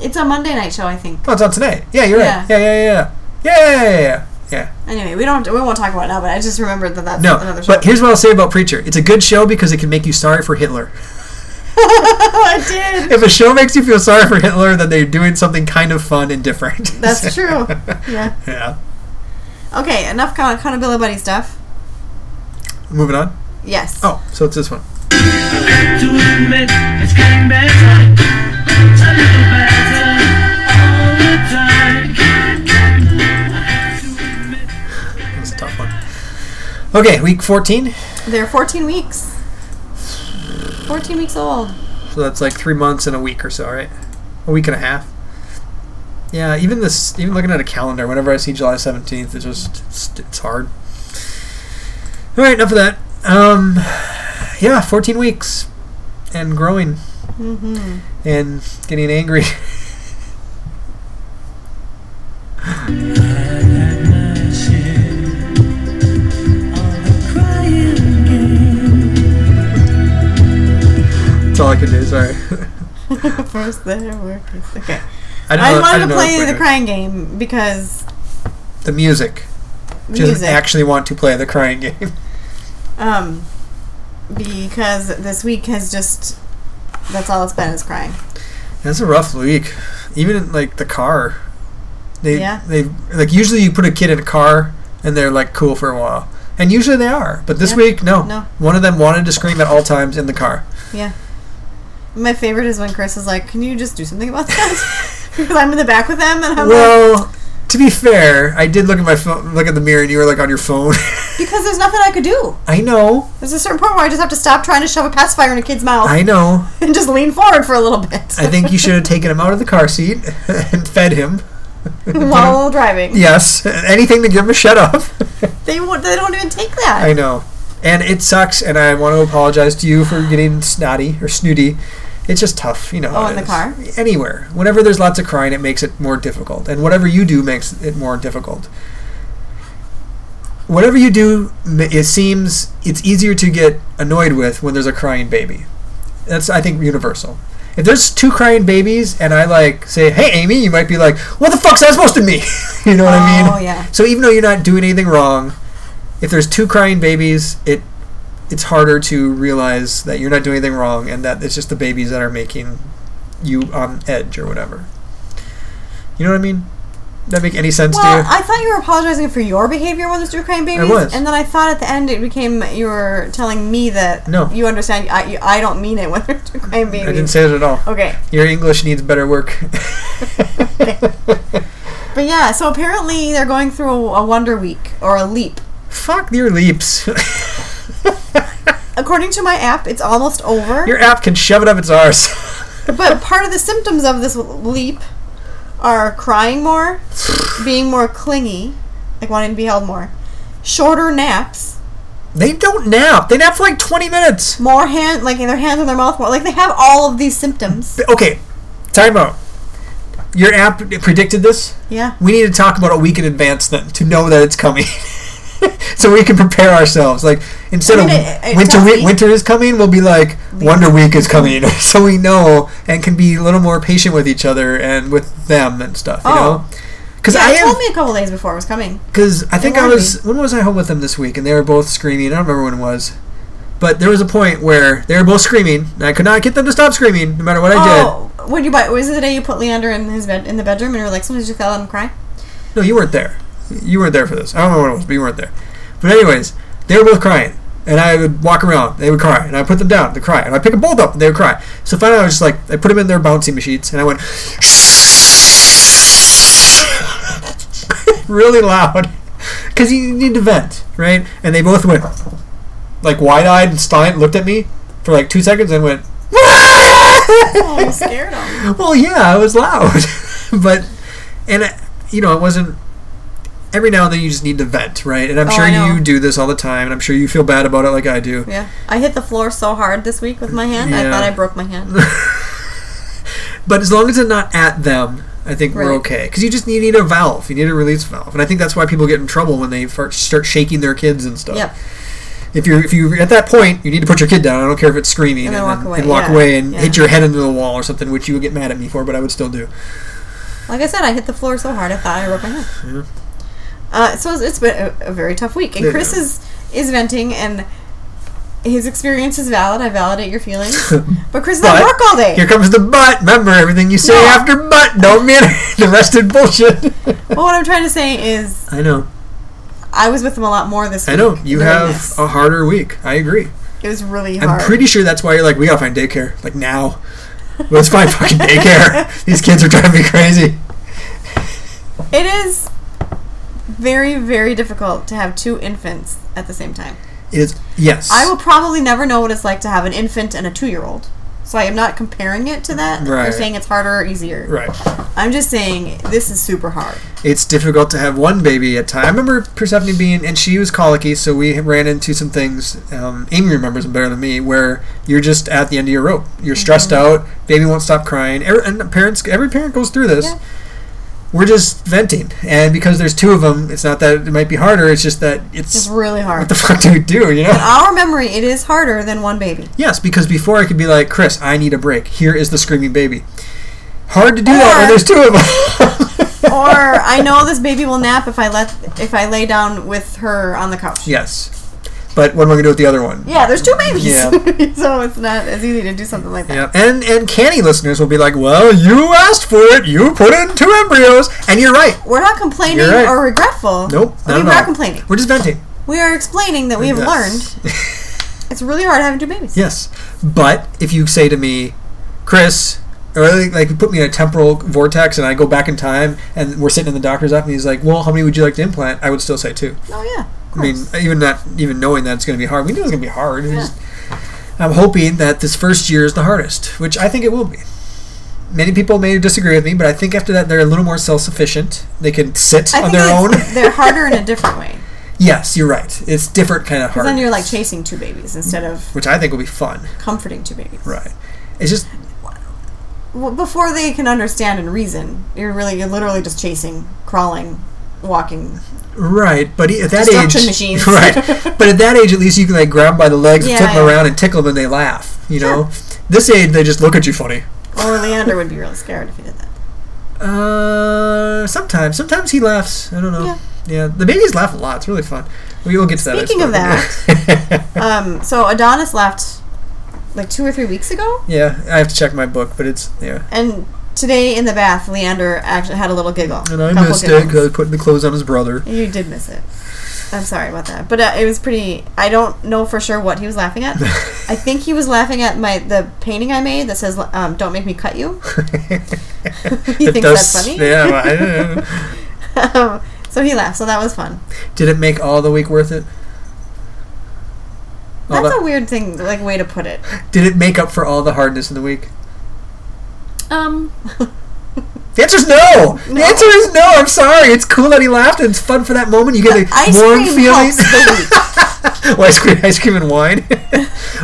A: It's a Monday night show, I think.
B: Oh, it's on tonight. Yeah, you're right.
A: Yeah.
B: Yeah, yeah, yeah, yeah, yeah, yeah, yeah. yeah. yeah.
A: Anyway, we don't have to, we won't talk about it now, but I just remembered that that's
B: No,
A: another show.
B: but here's what I'll say about Preacher. It's a good show because it can make you sorry for Hitler.
A: I did.
B: If a show makes you feel sorry for Hitler, then they're doing something kind of fun and different.
A: That's true. Yeah.
B: yeah.
A: Okay, enough con- accountability buddy stuff.
B: Moving on.
A: Yes.
B: Oh, so it's this one.
D: to admit it's getting better, a little better all the time.
B: That's a tough one. Okay, week 14.
A: They're 14 weeks. 14 weeks old.
B: So that's like three months and a week or so, right? A week and a half. Yeah, even this, even looking at a calendar, whenever I see July 17th, it's just, it's, it's hard. All right, enough of that. Um, yeah, 14 weeks. and growing
A: Mm-hmm.
B: and getting angry. That's all I can do. Sorry.
A: First, then work. is- Okay.
B: I, didn't
A: I
B: know-
A: wanted
B: didn't
A: to
B: know if
A: play
B: we're
A: the
B: doing-
A: crying game because
B: The music.
A: the
B: Doesn't
A: music.
B: actually want to play the crying game.
A: um, because this week has just that's all it's been is crying.
B: That's a rough week. Even in, like the car. They
A: Yeah.
B: they like usually you put a kid in a car and they're like cool for a while. And usually they are. But this
A: Yeah.
B: week no.
A: No.
B: One of them wanted to scream at all times in the car.
A: Yeah. My favorite is when Chris is like, "Can you just do something about that?" because I'm in the back with them, and I'm like,
B: Well, to be fair, I did look at my phone, look at the mirror and you were like on your phone.
A: "Because there's nothing I could do."
B: I know.
A: There's a certain point where I just have to stop trying to shove a pacifier in a kid's mouth
B: I know.
A: and just lean forward for a little bit
B: I think you should have taken him out of the car seat and fed him.
A: while driving.
B: Yes, anything to give him a shut up.
A: They won't, they don't even take that.
B: I know. And it sucks, and I want to apologize to you for getting snotty or snooty. It's just tough, you know. how
A: Oh,
B: it
A: in the
B: is.
A: car?
B: Anywhere. Whenever there's lots of crying, it makes it more difficult. And whatever you do makes it more difficult. Whatever you do, m- it seems it's easier to get annoyed with when there's a crying baby. That's, I think, universal. If there's two crying babies and I, like, say, hey, Amy, you might be like, what the fuck's that supposed to mean? you know what I mean?
A: Oh, yeah.
B: So even though you're not doing anything wrong, if there's two crying babies, it it's harder to realize that you're not doing anything wrong and that it's just the babies that are making you on edge or whatever. You know what I mean? That make any sense
A: Well,
B: to you?
A: I thought you were apologizing for your behavior when there's two crying babies,
B: was.
A: and then I thought at the end it became you were telling me that
B: No.
A: you understand. I, you, I don't mean it when there's two crying babies.
B: I didn't say it at all.
A: Okay,
B: Your English needs better work.
A: but yeah, so apparently they're going through a, a wonder week or a leap.
B: Fuck your leaps.
A: According to my app, it's almost over.
B: your app can shove it up its arse.
A: but part of the symptoms of this leap are crying more, being more clingy, like wanting to be held more, shorter naps,
B: they don't nap. They nap for like 20 minutes.
A: more hand like their hands on their mouth more. Like they have all of these symptoms.
B: Okay, time out. Your app predicted this?
A: Yeah.
B: we need to talk about a week in advance then to know that it's coming so we can prepare ourselves like instead
A: I mean,
B: of
A: it- it
B: winter
A: took
B: we-
A: me-
B: winter is coming we'll be like wonder week is coming so we know and can be a little more patient with each other and with them and stuff you
A: Oh.
B: know because
A: Yeah,
B: i
A: it
B: am
A: told me a couple days before it was coming.
B: because I think I
A: warned
B: was when was I home with them this week, and they were both screaming. I don't remember when it was, but there was a point where they were both screaming, and I could not get them to stop screaming, no matter what I
A: oh, when you buy was it the day you put Leander in his bed in the bedroom and you were like, sometimes you gotta let him cry?
B: did. No, you weren't there. You weren't there for this. I don't remember when it was, but you weren't there. But anyways, they were both crying, and I would walk around. They would cry, and I put them down. They cry, and I pick them both up, and they would cry. So finally, I was just like, I put them in their bouncy machines, and I went. really loud because you need to vent, right? And they both went like wide-eyed and Stein looked at me for like two seconds and went.
A: Oh, you scared him.
B: Well, yeah, it was loud, but and I, you know, it wasn't. Every now and then, you just need to vent, right? And I'm
A: Oh,
B: sure
A: I know.
B: you do this all the time, and I'm sure you feel bad about it, like I do.
A: Yeah. I hit the floor so hard this week with my hand, I
B: Yeah.
A: thought I broke my hand.
B: But as long as it's not at them, I think we're
A: Right.
B: okay. Because you just need, you need a valve, you need a release valve, and I think that's why people get in trouble when they fir- start shaking their kids and stuff.
A: yep.
B: if you if you at that point you need to put your kid down. I don't care if it's screaming
A: And then
B: and,
A: walk
B: then-
A: away,
B: and walk
A: yeah,
B: away and
A: yeah.
B: hit your head into the wall or something, which you would get mad at me for, but I would still do.
A: Like I said, I hit the floor so hard I thought I broke my hand. Uh, so it's- it's been a, a very tough week, and
B: Yeah.
A: Chris is is venting, and his experience is valid. I validate your feelings, but Chris is at
B: But-
A: work all day.
B: Here comes the butt. Remember everything you say
A: No.
B: after butt. Don't mean the rest is bullshit.
A: But what I'm trying to say is,
B: I know.
A: I was with him a lot more this week.
B: I know. You
A: than I
B: have
A: missed.
B: a harder week. I agree.
A: it was really
B: I'm
A: hard.
B: pretty sure that's why you're like, we gotta find daycare. Like now. Let's find fucking daycare. These kids are driving me crazy.
A: It is very very difficult to have two infants at the same time.
B: It is yes.
A: I will probably never know what it's like to have an infant and a two year old. So I am not comparing it to that. You're
B: Right.
A: saying it's harder or easier.
B: Right.
A: I'm just saying this is super hard.
B: it's difficult to have one baby at time. I remember Persephone being, and she was colicky, so we ran into some things. Um, Amy remembers them better than me, where you're just at the end of your rope. You're
A: Mm-hmm.
B: stressed out. Baby won't stop crying. Every, and parents, every parent goes through this.
A: Yeah.
B: We're just venting, and because there's two of them, it's not that it might be harder. It's just that
A: It's
B: it's
A: really hard.
B: what the fuck do we do? You know?
A: Our memory, it is harder than one baby.
B: Yes, because before I could be like, Chris, I need a break. Here is the screaming baby. Hard to do that when
A: Or-
B: there's two of them.
A: or I know this baby will nap if I let if I lay down with her on the couch.
B: yes, but what am I gonna do with the other one?
A: Yeah, there's two babies.
B: Yeah.
A: so it's not as easy to do something like that.
B: Yeah, and and canny listeners will be like, "Well, you asked for it. You put in two embryos, and you're right.
A: We're not complaining
B: You're right.
A: or regretful.
B: Nope,
A: I mean,
B: not at
A: we're not
B: all.
A: complaining.
B: We're just venting."
A: We are explaining that we have learned
B: learned.
A: it's really hard having two babies.
B: yes, but if you say to me, Chris, or like, like you put me in a temporal vortex, and I go back in time, and we're sitting in the doctor's office, and he's like, "Well, how many would you like to implant?" I would still say two.
A: Oh yeah. of
B: I mean,
A: course.
B: even not even knowing that it's going to be hard, we knew it was going to be hard. It's just- I'm hoping that this first year is the hardest, which I think it will be. Many people may disagree with me, but I think after that they're a little more self-sufficient. They can sit
A: I
B: on
A: think
B: their own.
A: it's- they're harder in a different way.
B: yes, you're right. It's different kind of hard,
A: Because then you're like chasing two babies instead of
B: which I think will be fun.
A: comforting two babies.
B: Right. It's just
A: Well, before they can understand and reason, you're really you're literally just chasing, crawling, walking.
B: right, but at that
A: Destruction
B: age,
A: machines.
B: right? But at that age, at least you can like grab 'em by the legs and
A: Yeah,
B: flip 'em
A: yeah.
B: around and tickle them, and they laugh. You know, this age they just look at you funny.
A: Or Leander would be really scared if he did that.
B: Uh, sometimes. Sometimes he laughs. I don't know.
A: Yeah.
B: Yeah. The babies laugh a lot. It's really fun. We will get to that. I
A: Speaking of
B: suppose.
A: Um, so Adonis left like two or three weeks ago,
B: yeah, I have to check my book, but it's yeah.
A: and today in the bath, Leander actually had a little giggle.
B: And
A: a
B: I
A: couple
B: missed it because I
A: giggles.
B: was putting the clothes on his brother.
A: You did miss it. I'm sorry about that, but uh, it was pretty. I don't know for sure what he was laughing at. I think he was laughing at my the painting I made that says um, "Don't make me cut you." he
B: It
A: thinks
B: does-
A: that's funny.
B: Yeah. well, I don't know.
A: Um, so he laughed. So that was fun.
B: Did it make all the week worth it? All
A: That's a
B: the,
A: weird thing, like way to put it.
B: did it make up for all the hardness in the week?
A: Um,
B: The answer is no. The answer is no. I'm sorry. It's cool that he laughed and it's fun for that moment. You get a
A: ice
B: warm
A: cream
B: feeling.
A: helps the week.
B: Well, ice cream, ice cream, and wine.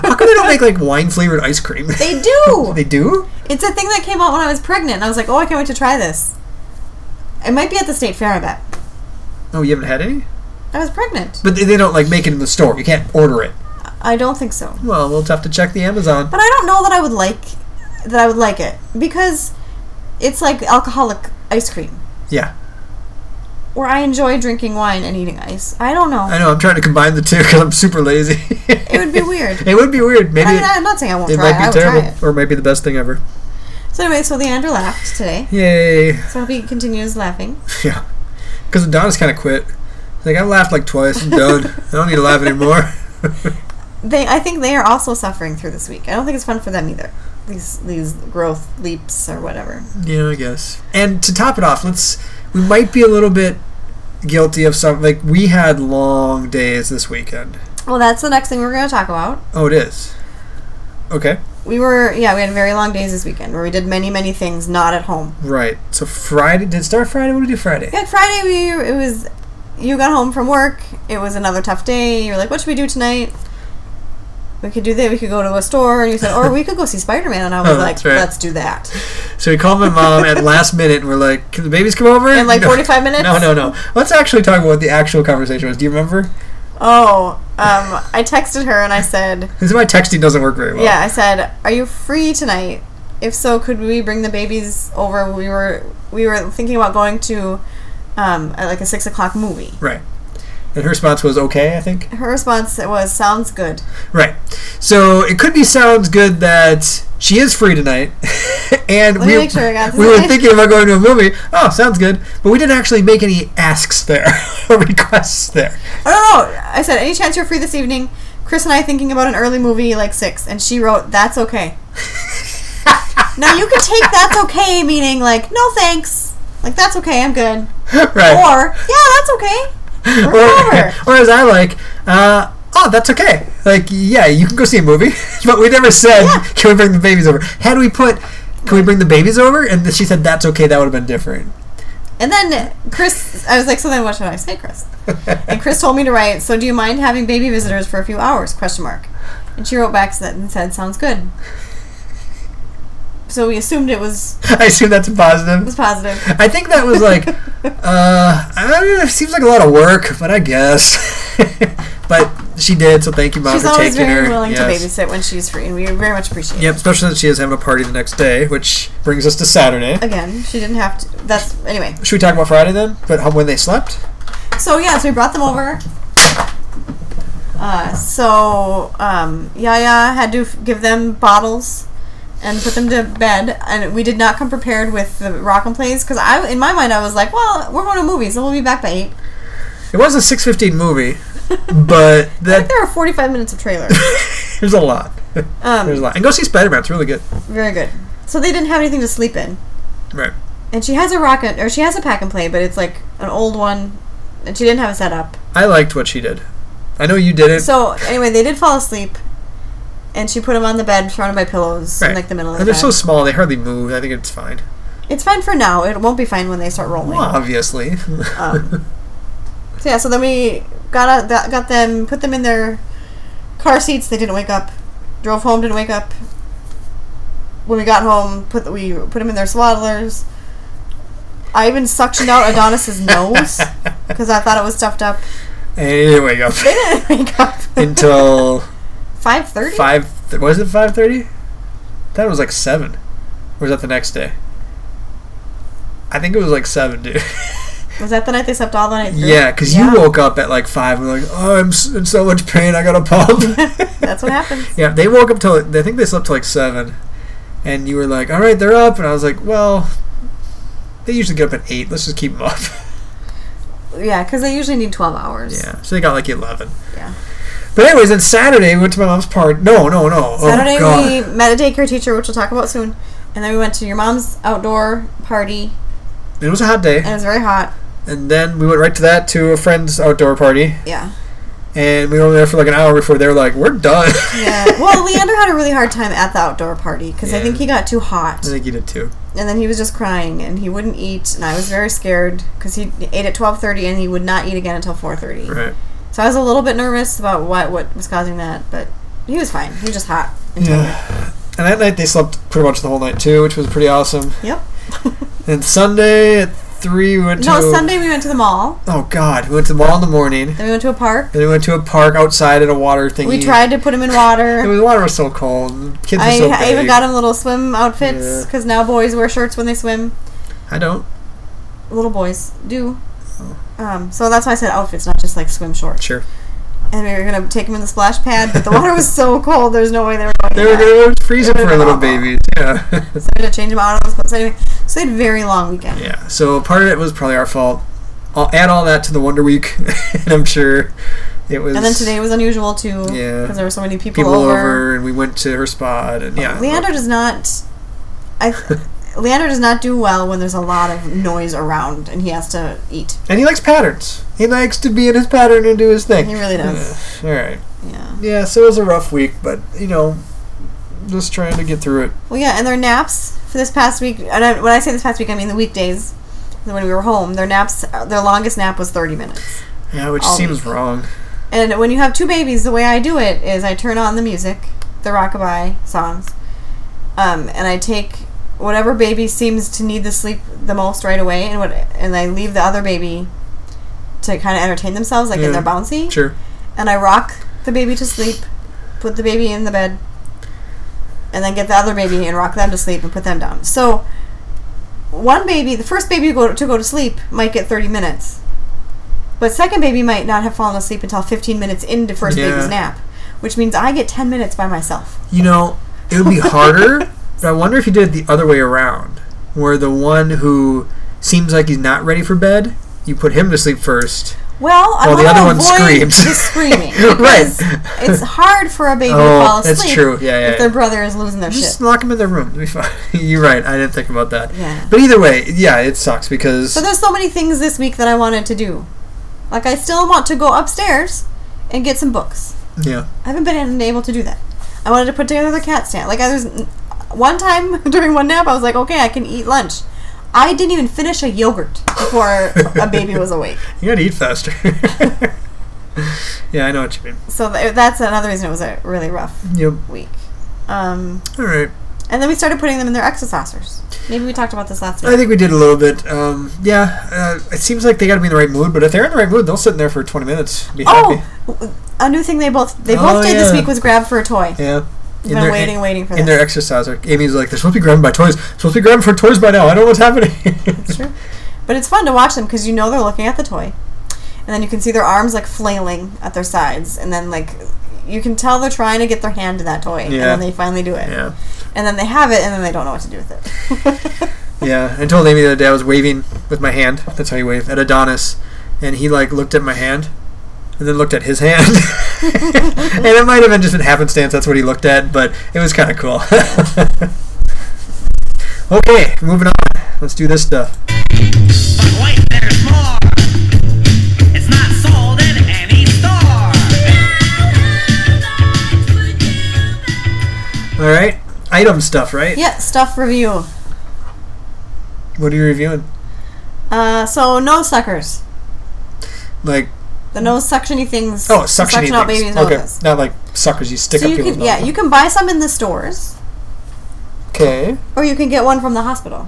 B: How come they don't make like wine flavored ice cream?
A: They do.
B: They do.
A: It's a thing that came out when I was pregnant, and I was like, oh, I can't wait to try this. It might be at the state fair, I bet.
B: Oh, you haven't had any.
A: I was pregnant.
B: But they, they don't like make it in the store. You can't order it.
A: I don't think so.
B: Well, we'll have to check the Amazon.
A: But I don't know that I would like that I would like it because it's like alcoholic ice cream
B: Yeah,
A: where I enjoy drinking wine and eating ice. I don't know.
B: I know. I'm trying to combine the two because I'm super lazy.
A: it would be weird.
B: It would be weird. Maybe
A: I mean, I'm not saying I won't
B: it
A: try it. I
B: might be
A: would try
B: terrible,
A: it.
B: or it might be the best thing ever.
A: So anyway, so Leander laughed today.
B: Yay!
A: So I hope he continues laughing.
B: Yeah, because Adonis kind of quit. He's like I laughed like twice. I'm done. I don't need to laugh anymore.
A: They, I think they are also suffering through this week. I don't think it's fun for them either. These these growth leaps or whatever.
B: Yeah, I guess. And to top it off, let's we might be a little bit guilty of something like we had long days this weekend.
A: Well, that's the next thing we're going to talk about.
B: Oh, it is. Okay.
A: We were, yeah, we had very long days this weekend where we did many, many things not at home.
B: Right. So Friday did it start Friday. What did we do Friday?
A: Yeah, Friday we it was you got home from work. It was another tough day. You were like, "What should we do tonight?" We could do that. We could go to a store, and you said, "Or we could go see Spider Man." And I was
B: Oh,
A: like,
B: that's right.
A: "Let's do that."
B: So we called my mom at last minute. and We're like, "Can the babies come over?"
A: In like
B: No.
A: 45 minutes.
B: No, no, no. Let's actually talk about what the actual conversation was. Do you remember?
A: Oh, um, I texted her and I said,
B: This is why texting doesn't work very well.
A: "Yeah," I said, "Are you free tonight? If so, could we bring the babies over? We were we were thinking about going to um, at like a six o'clock movie."
B: Right. And her response was okay, I think.
A: Her response was, "Sounds good."
B: Right. So it could be sounds good that she is free tonight, and
A: Let me
B: we,
A: make sure I got this
B: we were
A: right.
B: thinking about going to a movie. Oh, sounds good, but we didn't actually make any asks there or requests there.
A: Oh no, no! I said, any chance you're free this evening? Chris and I thinking about an early movie like six, and she wrote, "That's okay." now you could take "that's okay" meaning like no thanks, like that's okay, I'm good,
B: Right.
A: or yeah, that's okay.
B: Or,
A: we're over.
B: or as I like, uh, oh, that's okay. Like, yeah, you can go see a movie, but we never said, can we bring the babies over? Had we put, can we bring the babies over? And she said, that's okay. That would have been different.
A: And then Chris, I was like, so then what should I say, Chris? And Chris told me to write, so do you mind having baby visitors for a few hours? Question mark. And she wrote back and said, sounds good. So we assumed it was
B: I assume that's a
A: was
B: positive.
A: positive.
B: I think that was like, uh, I mean, it seems like a lot of work, but I guess. but she did, so thank you, mom,
A: She's
B: for
A: always
B: taking
A: very
B: her.
A: willing
B: Yes.
A: to babysit when she's free, and we very much appreciate
B: Yep, especially since she is having a party the next day, which brings us to Saturday.
A: it. Again, she didn't have to. That's anyway.
B: Should we talk about Friday then? But how, when they slept?
A: So yeah, so we brought them over. Uh, so um, Yaya had to f- give them bottles and put them to bed, and we did not come prepared with the rock and plays because I, in my mind, I was like, well, we're going to movies, and we'll be back by eight.
B: It was a 6.15 movie, but
A: I think
B: that
A: there were forty-five minutes of trailer.
B: there's a lot. There's a
A: Um,
B: lot. And go see Spider-Man. It's really good.
A: very good. So they didn't have anything to sleep in,
B: Right.
A: and she has a rock and, or she has a pack and play, but it's like an old one, and she didn't have a setup.
B: I liked what she did. I know you did it.
A: So anyway, they did fall asleep, and she put them on the bed, surrounded by pillows, in
B: Right.
A: like the middle of the
B: and they're
A: bed.
B: so small, they hardly move. I think it's fine.
A: It's fine for now. It won't be fine when they start rolling.
B: Well, obviously.
A: Um, So yeah, so then we got out, got got them, put them in their car seats. They didn't wake up. Drove home, didn't wake up. When we got home, put the, we put them in their swaddlers. I even suctioned out Adonis's nose because I thought it was stuffed up.
B: and he didn't wake up
A: They didn't wake up
B: until
A: five thirty.
B: five. Th- was it five thirty? That was like seven. Or was that the next day? I think it was like seven, dude.
A: Was that the night they slept all the night through?
B: Yeah, because
A: Yeah.
B: you woke up at like five and were like, oh, I'm s- in so much pain, I got to pump.
A: That's what happens.
B: yeah, they woke up till I think they slept till like seven, and you were like, all right, they're up, and I was like, well, they usually get up at eight. Let's just keep them up.
A: Yeah, because they usually need twelve hours.
B: yeah, so they got like eleven.
A: Yeah.
B: But anyways, then Saturday we went to my mom's party. No, no, no.
A: Saturday
B: oh, God.
A: we met a daycare teacher, which we'll talk about soon, and then we went to your mom's outdoor party,
B: It was a hot day,
A: and it was very hot.
B: and then we went right to that to a friend's outdoor party,
A: Yeah,
B: and we were there for like an hour before they were like, we're done.
A: yeah. well, Leander had a really hard time at the outdoor party because I
B: Yeah.
A: think he got too hot,
B: I think you did too.
A: and then he was just crying, and he wouldn't eat, and I was very scared because he ate at twelve thirty, and he would not eat again until four thirty.
B: Right.
A: So I was a little bit nervous about what what was causing that, but he was fine. He was just hot. And tired.
B: Yeah. And that night they slept pretty much the whole night too, which was pretty awesome.
A: Yep.
B: And Sunday at three we went
A: No,
B: to
A: Sunday we went to the mall.
B: Oh God, we went to the mall in the morning.
A: Then we went to a park.
B: Then we went to a park outside at a water thingy.
A: We tried to put him in water.
B: It was water was so cold. and Kids
A: I,
B: were so
A: I even
B: big.
A: got him little swim outfits
B: Yeah.
A: because now boys wear shirts when they swim.
B: I don't.
A: Little boys do. Um, so that's why I said outfits, not just like swim shorts.
B: Sure.
A: And we were gonna take him in the splash pad, but the water was so cold. There's no way they were going.
B: They were,
A: in that.
B: they were freezing
A: It
B: for
A: would've
B: little
A: been awful.
B: babies. Yeah.
A: So we had to change him out of the so anyway. So they had a very long weekend.
B: yeah. So part of it was probably our fault. I'll add all that to the Wonder Week, and I'm sure it was.
A: And then today was unusual too.
B: Yeah.
A: Because there were so many people,
B: people over.
A: over.
B: and we went to her spot, and yeah.
A: Leander does not. I. Leander does not do well when there's a lot of noise around and he has to eat.
B: And he likes patterns. He likes to be in his pattern and do his thing.
A: He really does.
B: All right.
A: Yeah.
B: Yeah, so it was a rough week, but you know, just trying to get through it.
A: Well, yeah, and their naps for this past week. And I, when I say this past week, I mean the weekdays when we were home. Their naps, their longest nap was thirty minutes.
B: Yeah, which
A: All
B: seems wrong.
A: And when you have two babies, the way I do it is I turn on the music, the rockabye songs, um, and I take whatever baby seems to need the sleep the most right away, and what and I leave the other baby to kind of entertain themselves, like in
B: Yeah.
A: their bouncy,
B: Sure.
A: and I rock the baby to sleep, put the baby in the bed, and then get the other baby and rock them to sleep and put them down. So one baby, the first baby to go to, go to sleep might get 30 minutes. But second baby might not have fallen asleep until 15 minutes into first
B: Yeah.
A: baby's nap, which means I get 10 minutes by myself.
B: You know, it would be harder, but I wonder if you did it the other way around, where the one who seems like he's not ready for bed, you put him to sleep first.
A: Well, I
B: Well, the
A: want
B: other
A: to
B: one
A: avoid
B: screams.
A: the screaming.
B: Right.
A: because It's hard for a baby
B: Oh,
A: to fall asleep
B: that's true. Yeah, yeah,
A: if
B: yeah.
A: their brother is losing their Oh,
B: Just
A: shit.
B: lock him in their room. It'll be fine. You're right. I didn't think about that.
A: Yeah.
B: But either way, yeah, it sucks because
A: So there's so many things this week that I wanted to do. Like I still want to go upstairs and get some books.
B: Yeah.
A: I haven't been able to do that. I wanted to put together the cat stand. Like I was one time during one nap, I was like, okay, I can eat lunch. I didn't even finish a yogurt before a baby was awake.
B: You gotta eat faster. yeah, I know what you mean.
A: So th- that's another reason it was a really rough
B: Yep.
A: week. Um,
B: All right.
A: and then we started putting them in their exercisers. Maybe we talked about this last
B: I
A: week.
B: think we did a little bit. Um, yeah, uh, it seems like they gotta be in the right mood, but if they're in the right mood, they'll sit in there for 20 minutes and be
A: Oh,
B: happy.
A: w- a new thing they both they
B: Oh,
A: both did this
B: yeah.
A: week was grab for a toy.
B: Yeah.
A: I've been waiting, waiting for
B: in
A: this.
B: their exerciser. Amy's like, they're supposed to be grabbing by toys. supposed to be grabbing for toys by now. I don't know what's happening.
A: It's true. But it's fun to watch them because you know they're looking at the toy. And then you can see their arms like flailing at their sides. And then, like, you can tell they're trying to get their hand to that toy. And
B: Yeah.
A: then they finally do it.
B: yeah.
A: And then they have it and then they don't know what to do with it.
B: Yeah, I told Amy the other day I was waving with my hand. That's how you wave at Adonis, and he like looked at my hand, and then looked at his hand, and it might have been just in happenstance. That's what he looked at, but it was kind of cool. okay, moving on. Let's do this stuff.
D: But wait, there's more. It's not sold in any store.
B: All right, item stuff, right?
A: yeah, stuff review.
B: What are you reviewing?
A: Uh, so, nose suckers.
B: Like
A: The nose suctiony things.
B: oh,
A: to
B: suction
A: Suction out babies'
B: things. Okay,
A: noses.
B: not like suckers you stick
A: So
B: up
A: you
B: people's
A: can, yeah, you can buy some in the stores,
B: Okay,
A: or you can get one from the hospital.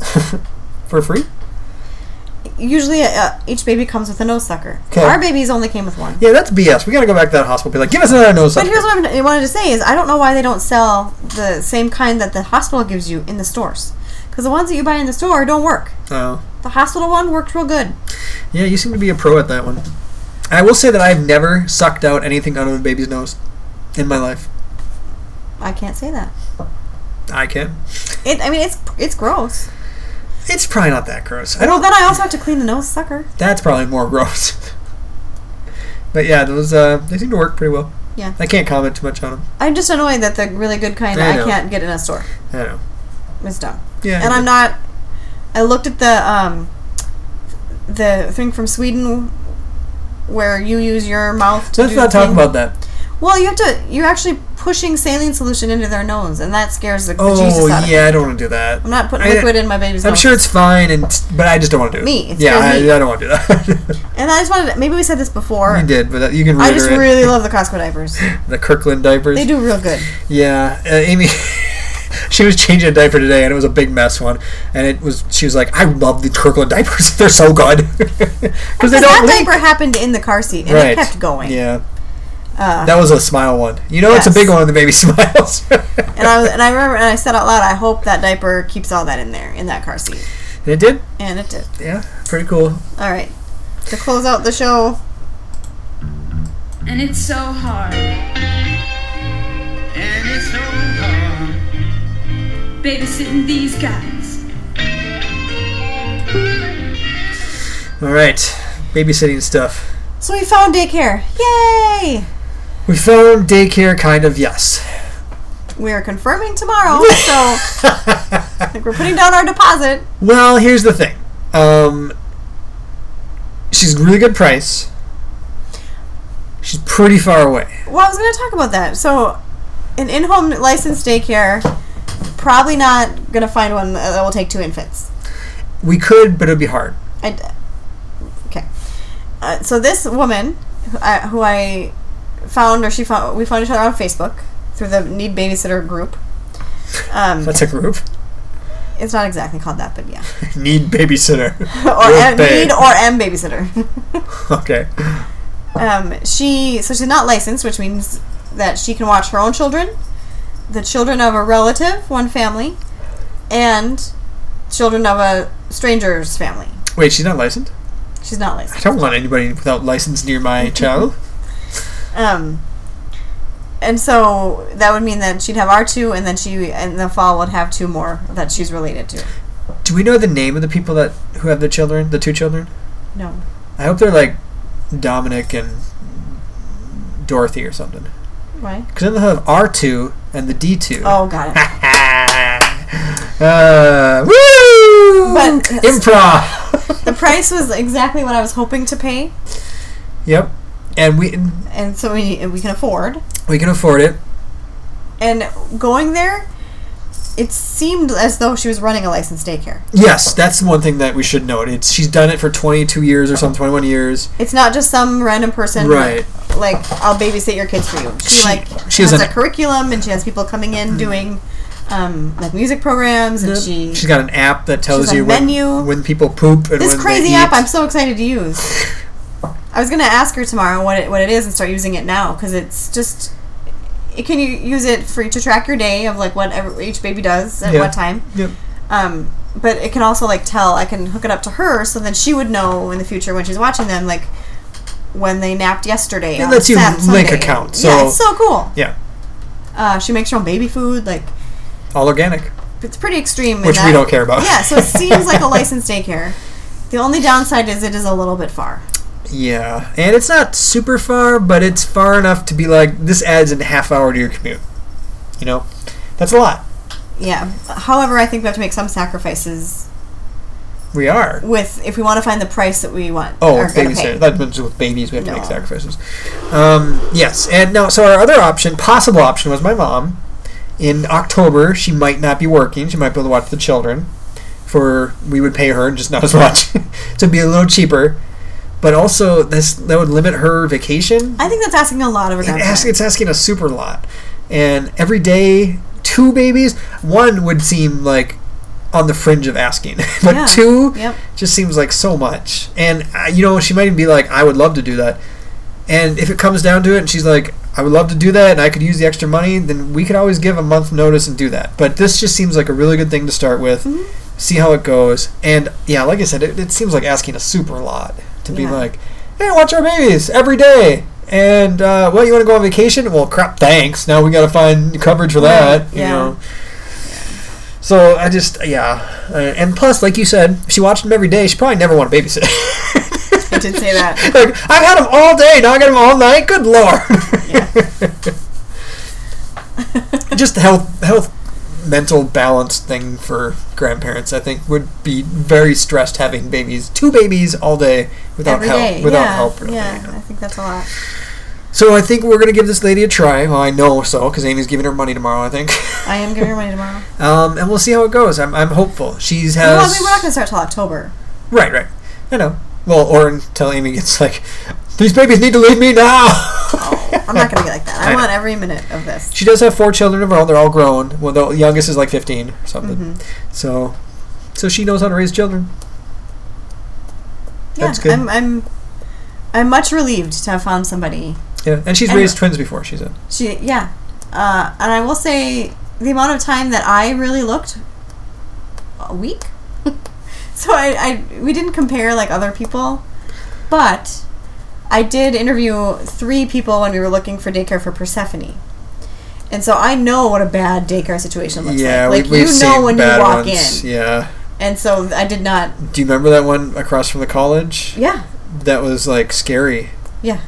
B: for free.
A: Usually, uh, each baby comes with a nose sucker.
B: 'Kay.
A: Our babies only came with one.
B: Yeah, that's BS. We gotta go back to that hospital. Be like, give us another nose.
A: But
B: sucker."
A: here's what I wanted to say is I don't know why they don't sell the same kind that the hospital gives you in the stores. Because the ones that you buy in the store don't work.
B: oh.
A: The hospital one worked real good.
B: Yeah, you seem to be a pro at that one. I will say that I've never sucked out anything out of a baby's nose in my life.
A: I can't say that.
B: I can.
A: It, I mean, it's it's gross.
B: It's probably not that gross. I
A: Well,
B: don't.
A: then I also have to clean the nose sucker.
B: That's probably more gross. but yeah, those uh, they seem to work pretty well.
A: Yeah.
B: I can't comment too much on them.
A: I'm just annoyed that the really good kind
B: I
A: I,
B: know.
A: can't get in a store
B: I don't know.
A: is dumb.
B: Yeah.
A: And I'm not. I looked at the um, the thing from Sweden where you use your mouth to.
B: Let's
A: do
B: not
A: the
B: talk
A: thing.
B: about that.
A: Well, you have to. You're actually pushing saline solution into their nose, and that scares the
B: Oh
A: bejesus out of me.
B: yeah, I don't want to do that.
A: I'm not putting
B: I-
A: liquid in my baby's
B: I'm
A: nose.
B: sure it's fine, and but I just don't want to do it.
A: Me, it's
B: yeah,
A: for
B: I,
A: me.
B: I don't want to do that.
A: And I just wanted. To, maybe we said this before.
B: you did, but that, you can
A: I
B: reiterate
A: just really love the Costco diapers.
B: the Kirkland diapers.
A: They do real good.
B: Yeah, uh, Amy. she was changing a diaper today, and it was a big mess one. And it was she was like, "I love the Kirkland diapers. They're so good because they
A: Because
B: don't
A: that
B: leak."
A: diaper happened in the car seat, and it kept going.
B: Yeah,
A: Uh,
B: that was a smile one. You know, it's a big
A: Yes.
B: one. when The baby smiles.
A: and I was, and I remember, and I said out loud, "I hope that diaper keeps all that in there in that car seat."
B: And it did.
A: And it did.
B: Yeah, pretty cool.
A: All right. To close out the show,
E: And it's so hard.
D: And it's so hard.
E: Babysitting these guys.
B: All right, babysitting stuff.
A: so we found daycare. Yay!
B: We found daycare, kind of yes.
A: We are confirming tomorrow, so I think we're putting down our deposit.
B: Well, here's the thing. Um, she's really good price. She's pretty far away.
A: Well, I was going to talk about that. So, an in-home licensed daycare, probably not going to find one that will take two infants.
B: We could, but it'd be hard.
A: I, okay. Uh, so this woman, who I, who I found, or she found, we found each other on Facebook through the Need Babysitter group. Um,
B: That's a group.
A: it's not exactly called that, but yeah.
B: Need babysitter.
A: or
B: Group
A: M,
B: babe.
A: Need or M Babysitter.
B: Okay.
A: um, she so she's not licensed, which means that she can watch her own children, the children of a relative, one family, and children of a stranger's family.
B: Wait, she's not licensed?
A: She's not
B: I
A: licensed.
B: don't want anybody without license near my child.
A: Um, and so that would mean that she'd have our two, and then she in the fall would have two more that she's related to.
B: Do we know the name of the people that who have the children, the two children?
A: No,
B: I hope they're like Dominic and Dorothy or something.
A: why?
B: Because then they'll have R two and the D two.
A: Oh, got it.
B: uh, woo!
A: But- uh,
B: improv.
A: The price was exactly what I was hoping to pay,
B: yep. And we
A: and so we we can afford.
B: We can afford it.
A: And going there, it seemed as though she was running a licensed daycare.
B: Yes, that's one thing that we should note. It's she's done it for 22 years or something, 21 years.
A: It's not just some random person,
B: Right.
A: Like I'll babysit your kids for you. She,
B: She-
A: like
B: she
A: has
B: has
A: a
B: an- Mm-hmm.
A: curriculum, and she has people coming in doing um, like music programs, and she.
B: She's got an app that tells
A: She's a
B: you when,
A: menu.
B: when people poop
A: this
B: and when they
A: crazy
B: eat.
A: app I'm so excited to use. I was gonna ask her tomorrow what it, what it is and start using it now because it's just it can you use it for to track your day of like what every, each baby does at
B: Yeah.
A: what time.
B: Yep.
A: Um, but it can also like tell I can hook it up to her so then she would know in the future when she's watching them like when they napped yesterday.
B: It
A: on
B: lets you
A: Sat-
B: link
A: Sunday.
B: account,
A: yeah,
B: so-
A: it's so cool.
B: Yeah,
A: Uh, she makes her own baby food like.
B: all organic.
A: It's pretty extreme, in
B: Which we
A: that-
B: don't care about.
A: Yeah, so it seems like a licensed daycare. The only downside is it is a little bit far.
B: Yeah, and it's not super far, but it's far enough to be like this adds a half hour to your commute. You know, that's a lot.
A: Yeah. However, I think we have to make some sacrifices
B: We are.
A: with if we want to find the price that we want.
B: Oh,
A: or
B: with
A: gonna
B: babies.
A: pay.
B: That means with babies, we have to make
A: No.
B: sacrifices. Um, yes, and no. So our other option, possible option, was my mom. In October, she might not be working. She might be able to watch the children. For we would pay her just not as much, so it'd be a little cheaper. But also, this that would limit her vacation.
A: I think that's asking a lot of her.
B: It
A: downtime.
B: ask, it's asking a super lot. And every day, two babies, one would seem like on the fringe of asking. but
A: Yeah.
B: two
A: Yep.
B: just seems like so much. And, uh, you know, she might even be like, I would love to do that. And if it comes down to it and she's like, I would love to do that and I could use the extra money, then we could always give a month notice and do that. But this just seems like a really good thing to start with.
A: Mm-hmm.
B: See how it goes. And yeah, like I said, it, it seems like asking a super lot to be
A: Yeah.
B: like, hey, watch our babies every day. And, uh, well, you want to go on vacation? Well, crap, thanks. Now we got to find coverage for that,
A: Yeah.
B: you know. So I just, yeah. Uh, and plus, like you said, if she watched them every day, she probably never want to babysit.
A: I did say that.
B: like, I've had them all day, now I got them all night? Good lord. just the health, health, mental balance thing for grandparents, I think, would be very stressed having babies, two babies all day without
A: Every
B: help.
A: day.
B: Without
A: yeah.
B: help, really.
A: yeah,
B: you know.
A: I think that's a lot.
B: So I think we're gonna give this lady a try. Well, I know so because Amy's giving her money tomorrow. I think,
A: I am giving her money tomorrow.
B: um, and we'll see how it goes. I'm, I'm hopeful. She's has
A: well, I mean, we're not going to start till October.
B: right, right. I know. Well, or until Amy gets like, these babies need to leave me now.
A: Oh, I'm not going to be like that. I,
B: I know.
A: want every minute of this.
B: she does have four children of her own. They're all grown. Well, the youngest is like 15 or something.
A: Mm-hmm.
B: So, so she knows how to raise children.
A: Yeah,
B: That's good.
A: I'm, I'm, I'm much relieved to have found somebody
B: Yeah, and she's
A: And-
B: raised twins before. She said.
A: She, yeah. Uh, and I will say the amount of time that I really looked a week. so I, I, we didn't compare like other people, but I did interview three people when we were looking for daycare for Persephone. And so I know what a bad daycare situation looks
B: yeah,
A: like. Like
B: we,
A: you
B: we've seen
A: know when you
B: bad
A: walk
B: ones.
A: in.
B: Yeah.
A: And so I did not.
B: Do you remember that one across from the college?
A: Yeah,
B: That was like scary.
A: yeah.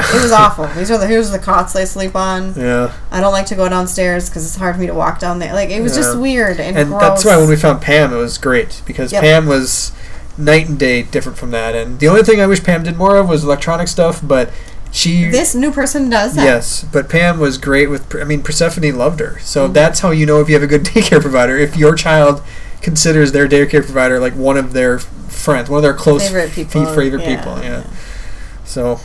A: It was awful. These are the here's the cots I sleep on.
B: Yeah.
A: I don't like to go downstairs because it's hard for me to walk down there. Like it was just
B: Yeah.
A: weird and,
B: and
A: gross.
B: that's why when we found Pam, it was great because
A: Yep.
B: Pam was night and day different from that. And the only thing I wish Pam did more of was electronic stuff, but she
A: this new person does that.
B: yes, but Pam was great with. I mean, Persephone loved her, so
A: Mm-hmm.
B: that's how you know if you have a good daycare provider. If your child considers their daycare provider like one of their friends, one of their close
A: Favorite
B: f-
A: people,
B: favorite
A: yeah,
B: people,
A: yeah.
B: yeah. So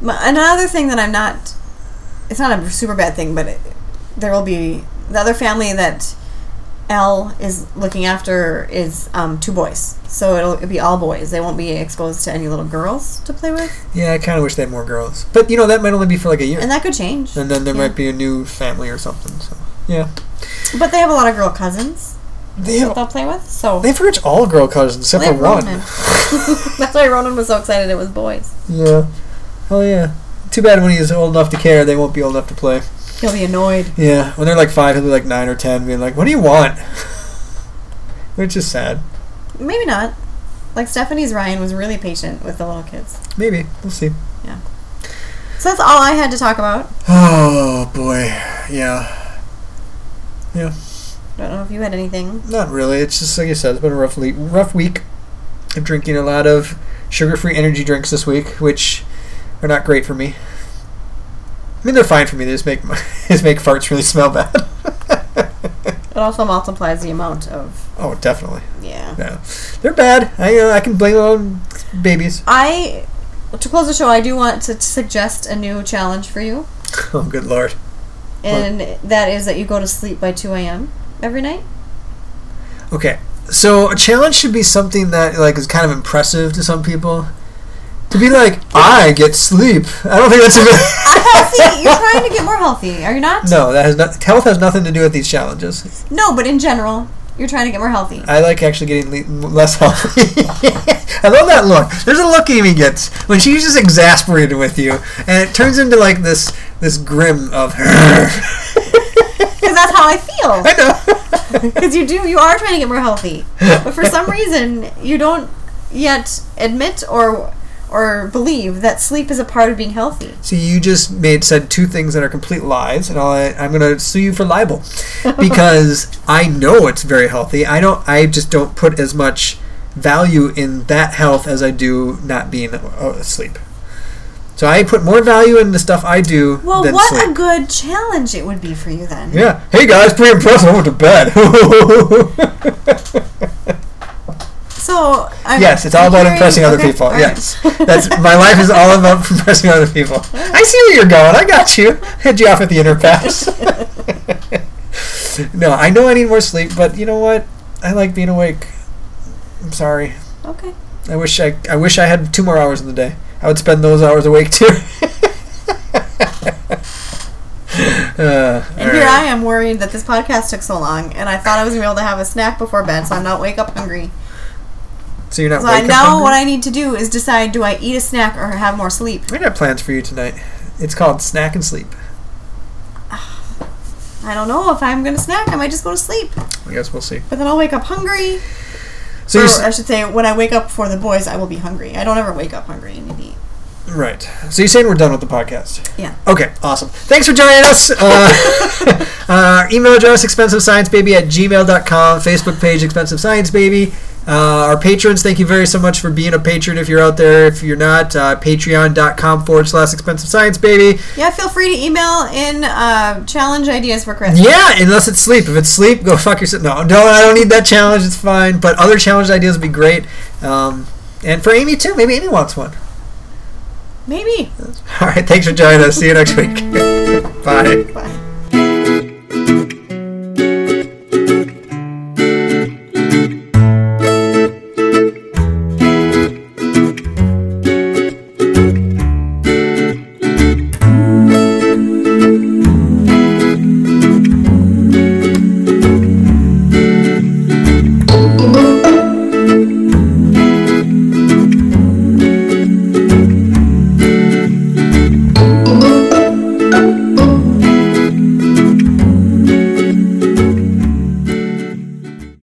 A: My, another thing that I'm not, it's not a super bad thing, but it, there will be the other family that L is looking after is um, two boys, so it'll, it'll be all boys. They won't be exposed to any little girls to play with,
B: yeah, I kind of wish they had more girls, but you know that might only be for like a year,
A: and that could change.
B: and then there
A: yeah.
B: might be a new family or something. So yeah,
A: But they have a lot of girl cousins
B: they
A: that
B: have
A: they'll play with, so
B: They've reached all girl cousins except
A: They
B: for
A: have
B: one.
A: Ronan. that's why Ronan was so excited. It was boys.
B: Yeah. Oh yeah. Too bad when he's old enough to care, they won't be old enough to play.
A: He'll be annoyed.
B: Yeah. When they're like five, he'll be like nine or ten, being like, "What do you want?" Which is sad.
A: Maybe not. Like Stephanie's Ryan was really patient with the little kids.
B: Maybe we'll see.
A: So that's all I had to talk about.
B: Oh boy. Yeah.
A: Don't know if you had anything.
B: Not really. It's just like I said. It's been a rough, le- rough week. I'm drinking a lot of sugar-free energy drinks this week, which are not great for me. mean, they're fine for me. They just make my, just make farts really smell bad.
A: It also multiplies the amount of
B: oh, definitely.
A: yeah.
B: No, they're bad. I uh, I can blame it on babies.
A: I to close the show, I do want to suggest a new challenge for you,
B: Oh, good lord.
A: and that is that you go to sleep by two a.m. every night.
B: Okay, so a challenge should be something that like is kind of impressive to some people. To be like, I get sleep. I don't think that's a good.
A: healthy. You're trying to get more healthy, are you not?
B: No, that has not. Health has nothing to do with these challenges.
A: No, but in general, you're trying to get more healthy.
B: I like actually getting le- less healthy. I love that look. There's a look Amy gets when she's just exasperated with you, and it turns into like this this grim of her.
A: Because that's how I feel.
B: I know.
A: Because you do, you are trying to get more healthy, but for some reason, you don't yet admit or or believe that sleep is a part of being healthy.
B: So you just made said two things that are complete lies, and I'll, I'm going to sue you for libel because I know it's very healthy. I don't. I just don't put as much value in that health as I do not being uh, asleep. So I put more value in the stuff I do
A: Well,
B: than
A: what
B: sleep.
A: a good challenge it would be for you then.
B: yeah. Hey guys, pretty impressive. I went to bed.
A: So I'm
B: yes, it's all about
A: hearing-
B: impressing other
A: okay,
B: people.
A: all right.
B: Yes, that's my life is all about impressing other people. I see where you're going. I got you. Head you off at the interpass. no, I know I need more sleep, but you know what? I like being awake. I'm sorry.
A: Okay.
B: I wish I I wish I had two more hours in the day. I would spend those hours awake too. Uh,
A: And here I am worried that this podcast took so long, and I thought I was gonna be able to have a snack before bed, so I'm not wake up hungry.
B: So you're not.
A: So I
B: wake up
A: now
B: hungry?
A: what I need to do is decide: do I eat a snack or have more sleep?
B: We got plans for you tonight. It's called snack and sleep.
A: I don't know if I'm gonna snack. I might just go to sleep,
B: I guess we'll see.
A: but then I'll wake up hungry.
B: So
A: or
B: you're s-
A: I should say, when I wake up for the boys, I will be hungry. I don't ever wake up hungry and need to eat.
B: Right. So you're saying we're done with the podcast?
A: Yeah.
B: Okay, awesome. Thanks for joining us. Uh, uh, email address expensivesciencebaby at gmail.com. Facebook page Expensive Science Baby. Uh, our patrons, thank you very so much for being a patron if you're out there. If you're not, uh, patreon.com forward slash expensive science baby.
A: Yeah, feel free to email in uh, challenge ideas for Chris.
B: Yeah, unless it's sleep. If it's sleep, go fuck yourself. No, no, I don't need that challenge. It's fine. But other challenge ideas would be great. Um, and for Amy, too. Maybe Amy wants one.
A: Maybe.
B: All right, thanks for joining us. See you next week. Bye.
A: Bye.